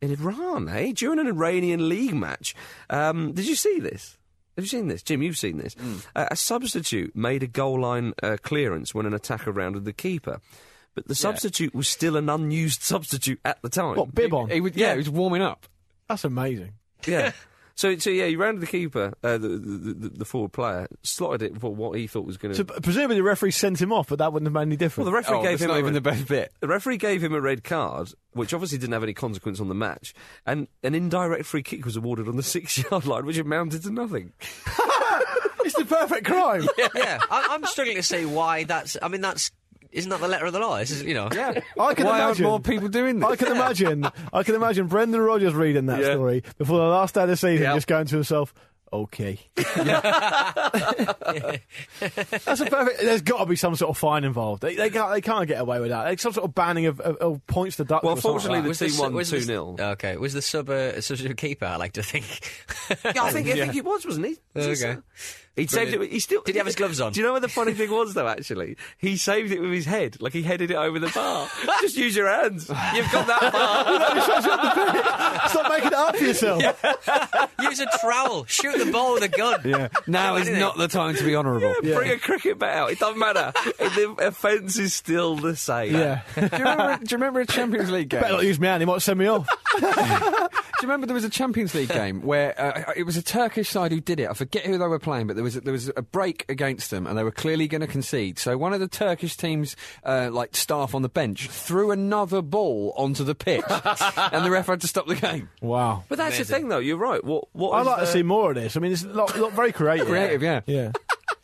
S2: In Iran, eh? During an Iranian league match, um, did you see this? Have you seen this, Jim? You've seen this.
S3: Mm.
S2: Uh, a substitute made a goal line uh, clearance when an attacker rounded the keeper, but the substitute was still an unused substitute at the time.
S3: What bib on?
S5: He was, yeah, he was warming up.
S3: That's amazing.
S2: Yeah. So, so yeah, he rounded the keeper, uh, the, the, the the forward player, slotted it for what he thought was going
S3: So p- presumably the referee sent him off, but that wouldn't have made any
S2: Well,
S3: difference.
S2: the referee
S5: Oh,
S2: gave
S5: that's
S2: him
S5: not
S2: a
S5: even
S2: red-
S5: the best bit.
S2: The referee gave him a red card, which obviously didn't have any consequence on the match, and an indirect free kick was awarded on the six-yard line, which amounted to nothing.
S3: it's the perfect crime.
S4: yeah, I, I'm struggling to see why that's. I mean, that's isn't that the letter of the law? This is, you know.
S5: Yeah.
S3: I can
S5: Why
S3: imagine.
S5: aren't more people doing this?
S3: I can imagine. I can imagine Brendan Rodgers reading that
S2: Yeah.
S3: story before the last day of the season,
S2: Yeah.
S3: just going to himself, "Okay, that's a perfect." There's got to be some sort of fine involved. They, they can't. They can't get away with that. Like some sort of banning of, of, of points deducted.
S2: Well,
S3: or something like
S2: fortunately,
S3: that.
S2: the team
S4: su-
S2: won two
S4: the-
S2: 0
S4: Okay, was the sub uh, substitute keeper? I like to think.
S2: Yeah, I think I think he was, wasn't he?
S4: Okay.
S2: He saved it.
S4: Brilliant.
S2: He still
S4: Did he have his gloves on?
S2: Do you know what the funny thing was though? Actually, he saved it with his head, like he headed it over the bar. Just use your hands. You've got that far.
S3: Stop making it up for yourself.
S4: Use a trowel. Shoot the ball with a gun.
S5: Yeah. Now is
S4: Isn't it?
S5: not the time to be honourable.
S2: Bring a cricket bat out. It doesn't matter. the offence is still the same.
S3: Yeah.
S5: do, you remember, do you remember a Champions League game?
S3: Better not use me hand. He might send me off.
S5: Do you remember there was a Champions League game where uh, it was a Turkish side who did it? I forget who they were playing, but there was there was a break against them, and they were clearly going to concede. So one of the Turkish team's uh, like staff on the bench threw another ball onto the pitch, and the ref had to stop the game.
S3: Wow.
S2: But that's the
S4: Amazing.
S2: thing, though. You're right. What? What?
S3: I
S2: is
S3: like to
S2: the-
S3: see more of this. I mean, it's not, not very creative.
S5: Creative, yeah.
S3: Yeah.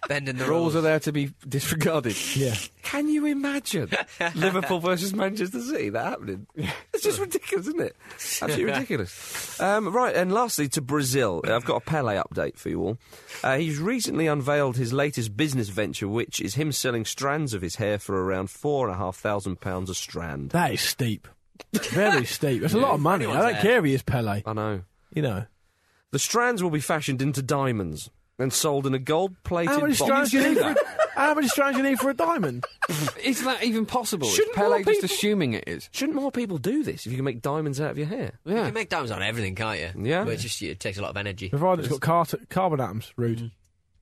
S4: Bending the
S5: Rules
S4: rules.
S5: are there to be disregarded.
S3: Yeah.
S2: Can you imagine Liverpool versus Manchester City that happening? It's just ridiculous, isn't it? Absolutely ridiculous. Um, right, and lastly to Brazil, I've got a Pele update for you all. Uh, he's recently unveiled his latest business venture, which is him selling strands of his hair for around four and a half thousand pounds a strand.
S3: That is steep. Very steep. That's a lot of money. I don't care if he is Pele.
S2: I know.
S3: You know.
S2: The strands will be fashioned into diamonds. and sold in a gold-plated
S3: How many
S2: box.
S3: strands you need for? a- How many strands you need for a diamond?
S5: Is that even possible? Is
S2: Shouldn't more
S5: Pele just
S2: people-
S5: assuming it is?
S2: Shouldn't more people do this if you can make diamonds out of your hair?
S4: You
S5: Yeah.
S4: can make diamonds on everything, can't you?
S2: Yeah.
S4: But it just it takes a lot of energy.
S3: Provided it's got car- carbon atoms. Rude.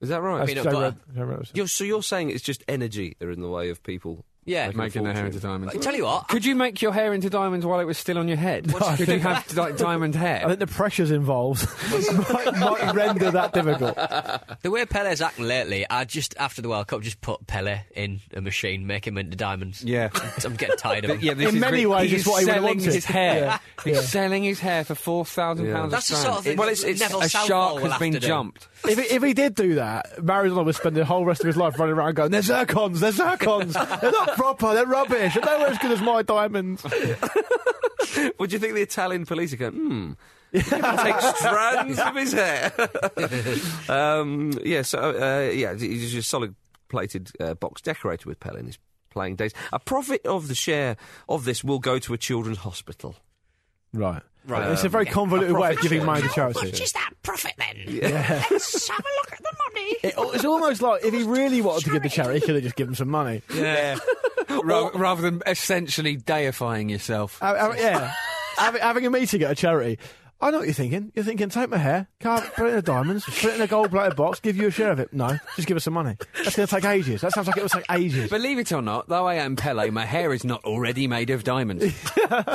S2: Is that right?
S3: That's
S4: peanut
S3: Joe
S4: butter.
S3: Red- Joe Red-
S2: You're, so you're saying it's just energy that are in the way of people
S4: Yeah.
S2: Making
S5: Making their hair into diamonds.
S4: I tell you what.
S5: Could you make your hair into diamonds while it was still on your head? Could you have like diamond
S3: I
S5: hair?
S3: think the pressures involved might, might render that difficult.
S4: The way Pele's acting lately, I just after the World Cup just put Pele in a machine, make him into diamonds.
S5: Yeah.
S4: I'm getting tired of him.
S5: Yeah, this
S3: In
S5: is
S3: many
S5: re-
S3: ways,
S5: he's
S3: it's what he would've
S5: selling
S3: wanted.
S5: his hair.
S3: Yeah.
S5: He's
S3: Yeah.
S5: selling his hair for four thousand pounds.
S4: That's the sort of thing
S5: Well, it's, it's
S4: Neville
S5: a
S4: Southall
S5: shark
S4: will
S5: has
S4: have
S5: been
S4: to do.
S5: jumped.
S3: If he, if he did do that, Maradona would spend the whole rest of his life running around going, "They're zircons, they're zircons, they're not proper, they're rubbish, they're nowhere as good as my diamonds."
S2: Well, do you think the Italian police are going, hmm, take strands of his hair? um, yeah, so, uh, yeah, he's a solid plated uh, box decorated with Pele in his playing days. A profit of the share of this will go to a children's hospital.
S3: Right, right.
S4: Um,
S3: It's a very convoluted way of giving money to charity.
S4: Just that profit then. Let's have a look at the money.
S3: It- it's almost like if he really wanted to give the charity, he could have just given some money.
S5: Yeah. Ra- rather than essentially deifying yourself.
S3: Uh, uh, yeah, having, having a meeting at a charity. I know what you're thinking. You're thinking, take my hair, carve, put it in the diamonds, put it in a gold-plated box, give you a share of it. No, just give us some money. That's going to take ages. That sounds like it will take ages.
S5: Believe it or not, though I am Pele, my hair is not already made of diamonds.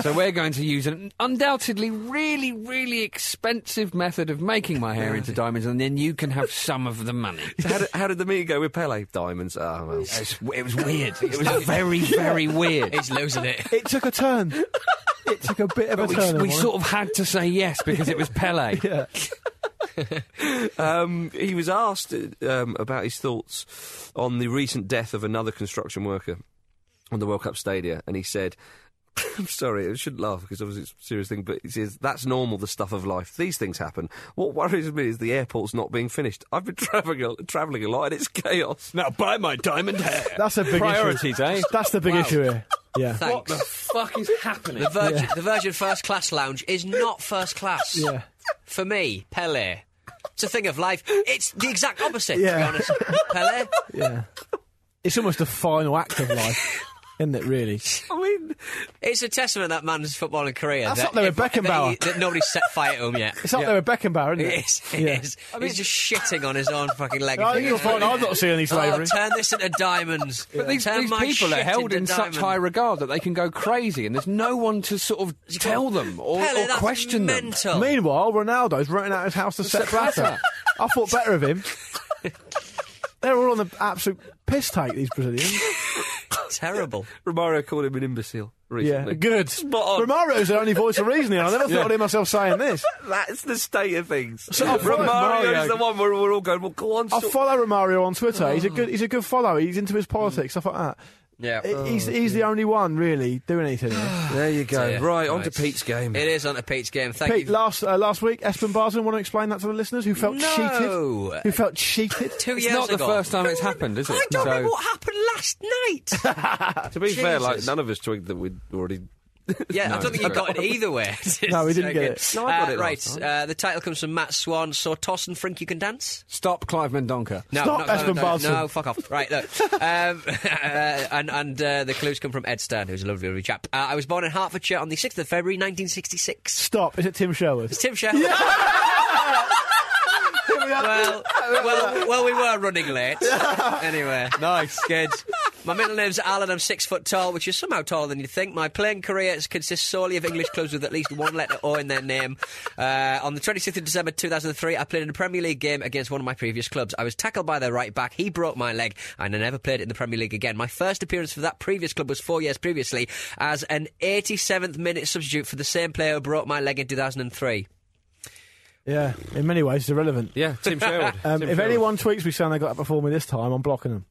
S5: so we're going to use an undoubtedly really, really expensive method of making my hair into diamonds, and then you can have some of the money.
S2: So how, did, how did the meeting go with Pele? Diamonds. Oh, well.
S5: It was, it was weird. It was very, very weird.
S4: He's losing it.
S3: It took a turn. It took a bit of a
S5: We,
S3: turn.
S5: we sort of had to say yes because it was Pele.
S3: Yeah.
S2: Um, he was asked uh, um, about his thoughts on the recent death of another construction worker on the World Cup stadia, and he said, "I'm sorry, I shouldn't laugh because obviously it's a serious thing, but he says that's normal, the stuff of life. These things happen. What worries me is the airport's not being finished. I've been traveling a, traveling a lot, and it's chaos.
S5: Now buy my diamond hair.
S3: That's a big
S5: Priorities,
S3: issue.
S5: eh?
S3: That's the big
S4: Wow.
S3: issue here. Yeah.
S4: Thanks.
S5: fuck is happening?
S4: The Virgin, the Virgin First Class Lounge is not first class.
S3: Yeah.
S4: For me, Pele. It's a thing of life. It's the exact opposite, to be
S3: Yeah.
S4: honest. Pele,
S3: Yeah. It's almost the final act of life, isn't it, really?
S2: I mean,
S4: it's a testament to that man's footballing career.
S3: That's
S4: that
S3: up there with
S4: if- That, he-
S3: Beckenbauer.
S4: that nobody's set fire to him yet.
S3: It's up there with Beckenbauer, isn't it?
S4: It is. It is. He's just shitting on his own fucking leg.
S3: I think you'll find I'm not seeing any
S4: Oh,
S3: slavery.
S4: turn this into diamonds.
S5: But these,
S4: turn
S5: these
S4: my
S5: people are
S4: shit
S5: held
S4: into
S5: in such
S4: diamonds.
S5: high regard that they can go crazy, and there's no one to sort of tell them or,
S4: Pele,
S5: or
S4: that's
S5: question them.
S4: mental.
S3: Meanwhile, Ronaldo's renting out his house to Sepp Blatter. I thought better of him. They're all on the absolute piss take, these Brazilians.
S4: Terrible.
S2: Romario called him an imbecile
S3: Yeah,
S2: recently.
S3: good.
S2: Spot on.
S3: Romario's the only voice of reason here. I never thought I'd hear myself saying this.
S2: That's the state of things.
S3: I'll follow
S2: Romario's
S3: Mario.
S2: the one where we're all going. Well, go on.
S3: I
S2: sort-
S3: follow Romario on Twitter. He's a good. He's a good follow. He's into his politics, stuff like that.
S4: Yeah.
S3: He- he's he's the only one really doing anything. here.
S2: there you go.
S4: Yeah.
S2: Right, on to
S4: Right.
S2: Pete's game.
S4: It is on a Pete's game. Thank
S3: Pete,
S4: you.
S3: last uh, last week, Espen Barton. Want to explain that to the listeners who felt
S4: No.
S3: cheated? Who felt cheated?
S4: Two
S5: It's
S4: years
S5: not the
S4: ago.
S5: first time it's happened, is it?
S4: I don't
S5: So-
S4: remember what happened last night.
S2: To be fair, like
S4: Jesus.
S2: none of us twigged that we'd already
S4: yeah, I
S5: No,
S4: don't think you
S5: sorry.
S4: got it either way.
S3: No, we didn't get it.
S4: It's
S2: No,
S4: okay.
S2: I got it
S4: Uh, right,
S2: last
S4: uh, the title comes from Matt Swan. So toss and frink, you can dance. Oh,
S5: Stop Clive Mendonca.
S4: No,
S3: Stop
S4: not-
S3: Espen
S4: no, no,
S3: Barton.
S4: No, fuck off. Right, look. Um, uh, and and uh, the clues come from Ed Stern, who's a lovely, lovely chap. Uh, I was born in Hertfordshire on the 6th of February, 1966.
S3: Stop! Is it Tim Sherwood?
S4: It's Tim Sherwood. well, well, well, we were running late. anyway. Nice. Good. My middle name's Alan. I'm six foot tall, which is somehow taller than you think. My playing career is- consists solely of English clubs with at least one letter O in their name. Uh, on the 26th of December 2003, I played in a Premier League game against one of my previous clubs. I was tackled by their right back. He broke my leg, and I never played in the Premier League again. My first appearance for that previous club was four years previously as an 87th minute substitute for the same player who broke my leg in 2003.
S3: Yeah, in many ways, it's irrelevant.
S2: Yeah, Tim Sherwood.
S3: Um,
S2: Tim
S3: if
S2: Sherwood.
S3: anyone tweets me saying they got that before me this time, I'm blocking them.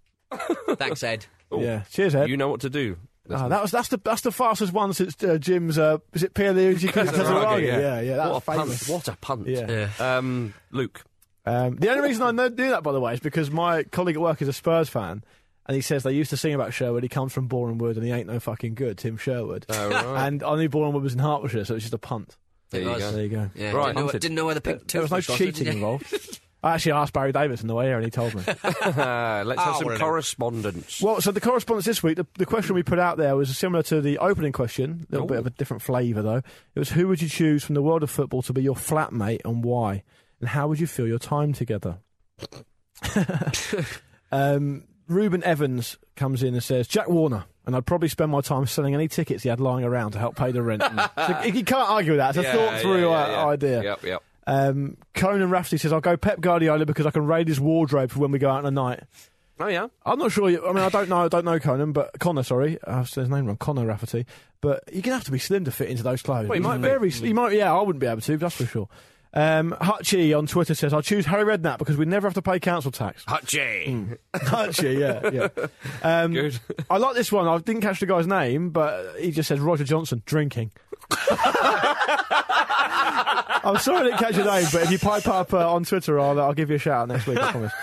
S4: Thanks, Ed.
S3: Yeah, cheers, Ed.
S2: you know what to do.
S3: Ah, that was that's the that's the fastest one since uh, Jim's. Uh, is it Pierluigi? Casaraghi? Yeah,
S5: yeah.
S3: yeah, yeah that
S2: what a
S3: was
S2: punt!
S3: famous.
S2: What a punt!
S3: Yeah.
S2: Um, Luke,
S3: Um, the only reason I know, do that, by the way, is because my colleague at work is a Spurs fan, and he says they used to sing about Sherwood. He comes from Boreham Wood, and he ain't no fucking good, Tim Sherwood. And I knew Boreham Wood was in Hertfordshire, so it's just a punt.
S2: there you
S4: was.
S2: go.
S3: There you go.
S4: Yeah,
S2: Right,
S4: didn't know,
S2: hunted.
S4: didn't know where the pink
S3: There was no
S4: toothbrush was, did
S3: cheating
S4: you?
S3: involved. I actually asked Barry Davis on the way here, and he told me.
S2: Uh, let's have
S4: Oh,
S2: some
S4: really?
S2: correspondence.
S3: Well, so the correspondence this week, the, the question we put out there was similar to the opening question, a little bit of a different flavour though. It was who would you choose from the world of football to be your flatmate and why? And how would you feel your time together? um, Ruben Evans comes in and says, Jack Warner. And I'd probably spend my time selling any tickets he had lying around to help pay the rent. so you can't argue with that. It's a
S2: Yeah,
S3: thought through
S2: yeah,
S3: uh,
S2: yeah, yeah.
S3: idea.
S2: Yep, yep.
S3: Um, Conan Rafferty says, I'll go Pep Guardiola because I can raid his wardrobe for when we go out on a night.
S2: Oh, yeah.
S3: I'm not sure. You, I mean, I don't know. I don't know Conan, but Connor. Sorry, I've said his name wrong. Connor Rafferty. But you're gonna have to be slim to fit into those clothes.
S2: Well, he might be.
S3: Very, s- he might. Yeah, I wouldn't be able to. That's for sure. Um, Hutchie on Twitter says, "I'll choose Harry Redknapp because we never have to pay council tax."
S2: Hutchie.
S3: Hutchie, yeah, yeah. Um,
S2: Good.
S3: I like this one. I didn't catch the guy's name, but he just says Roger Johnson drinking. I'm sorry I didn't catch your name, but if you pipe up uh, on Twitter, I'll, I'll give you a shout out next week. I promise.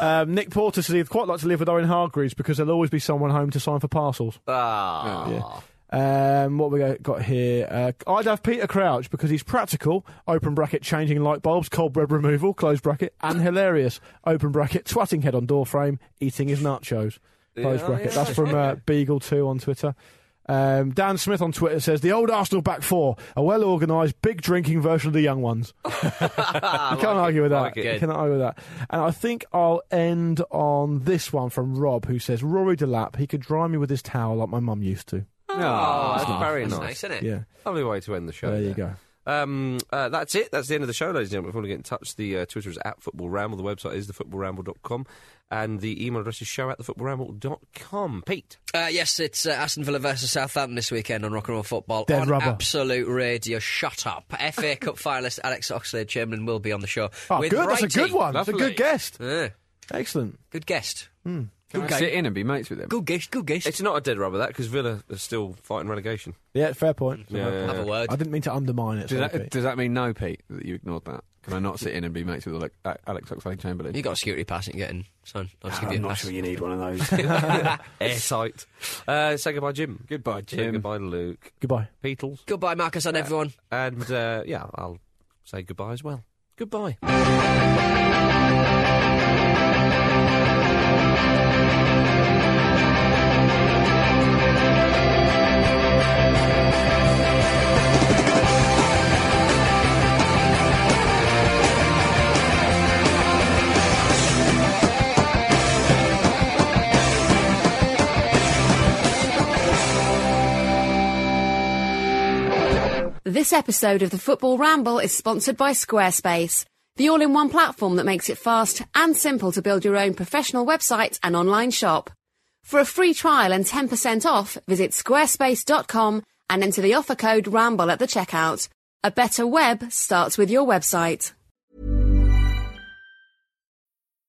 S3: Um, Nick Porter says he'd quite like to live with Owen Hargreaves because there'll always be someone home to sign for parcels.
S2: Ah.
S3: Yeah. Um, what we got- got here? Uh, I'd have Peter Crouch because he's practical. Open bracket, changing light bulbs, cobweb removal, close bracket, and hilarious. Open bracket, twatting head on door frame, eating his nachos. Close
S2: Yeah, oh,
S3: bracket.
S2: yeah.
S3: That's from uh, Beagle Two on Twitter. Um, Dan Smith on Twitter says the old Arsenal back four, a well organised, big drinking version of the young ones. You can't argue with that.
S2: Like it.
S3: You cannot argue with that. And I think I'll end on this one from Rob, who says Rory Delap. He could dry me with his towel like my mum used to.
S2: Oh, that's very
S4: That's
S2: nice.
S4: nice, isn't it?
S3: Yeah,
S2: Lovely way to end the show.
S3: there you go.
S2: Um, uh, that's it. That's the end of the show, ladies and gentlemen. If you want to get in touch, the uh, Twitter is at Football Ramble. The website is thefootballramble.com. And the email address is show at thefootballramble.com. Pete.
S4: Uh, yes, it's uh, Aston Villa versus Southampton this weekend on Rock and Roll Football
S3: Dead
S4: on
S3: rubber.
S4: Absolute Radio. Shut up! FA Cup finalist Alex Oxlade Chamberlain will be on the show.
S3: Oh,
S4: with
S3: good. That's a
S4: Wrighty.
S3: good one. That's a
S2: Lovely.
S3: good guest.
S4: Yeah,
S3: Excellent.
S4: good guest.
S5: Can I sit in and be mates with him?
S4: Good guest. Good guest.
S2: It's not a dead rubber, that, because Villa are still fighting relegation.
S3: Yeah, fair point. Fair
S2: yeah,
S3: point.
S4: Have a word.
S3: I didn't mean to undermine it.
S5: Does
S3: sorry,
S5: that,
S3: Pete.
S5: does that mean no, Pete, that you ignored that? Can I not sit in and be mates with like, A- Alex Oxlade Chamberlain?
S4: You got a security pass and getting son. I'll just give you
S5: I'm
S4: a
S5: not
S4: pass.
S5: sure you need one of those.
S2: Airtight. Uh, say goodbye, Jim.
S5: Goodbye,
S2: Say
S5: Jim.
S2: goodbye, Luke.
S3: Goodbye.
S2: Beatles.
S4: Goodbye, Marcus, and everyone.
S2: And uh, yeah, I'll say goodbye as well. Goodbye.
S1: This episode of the Football Ramble is sponsored by Squarespace, the all in one platform that makes it fast and simple to build your own professional website and online shop. For a free trial and 10% off, visit squarespace.com and enter the offer code RAMBLE at the checkout. A better web starts with your website.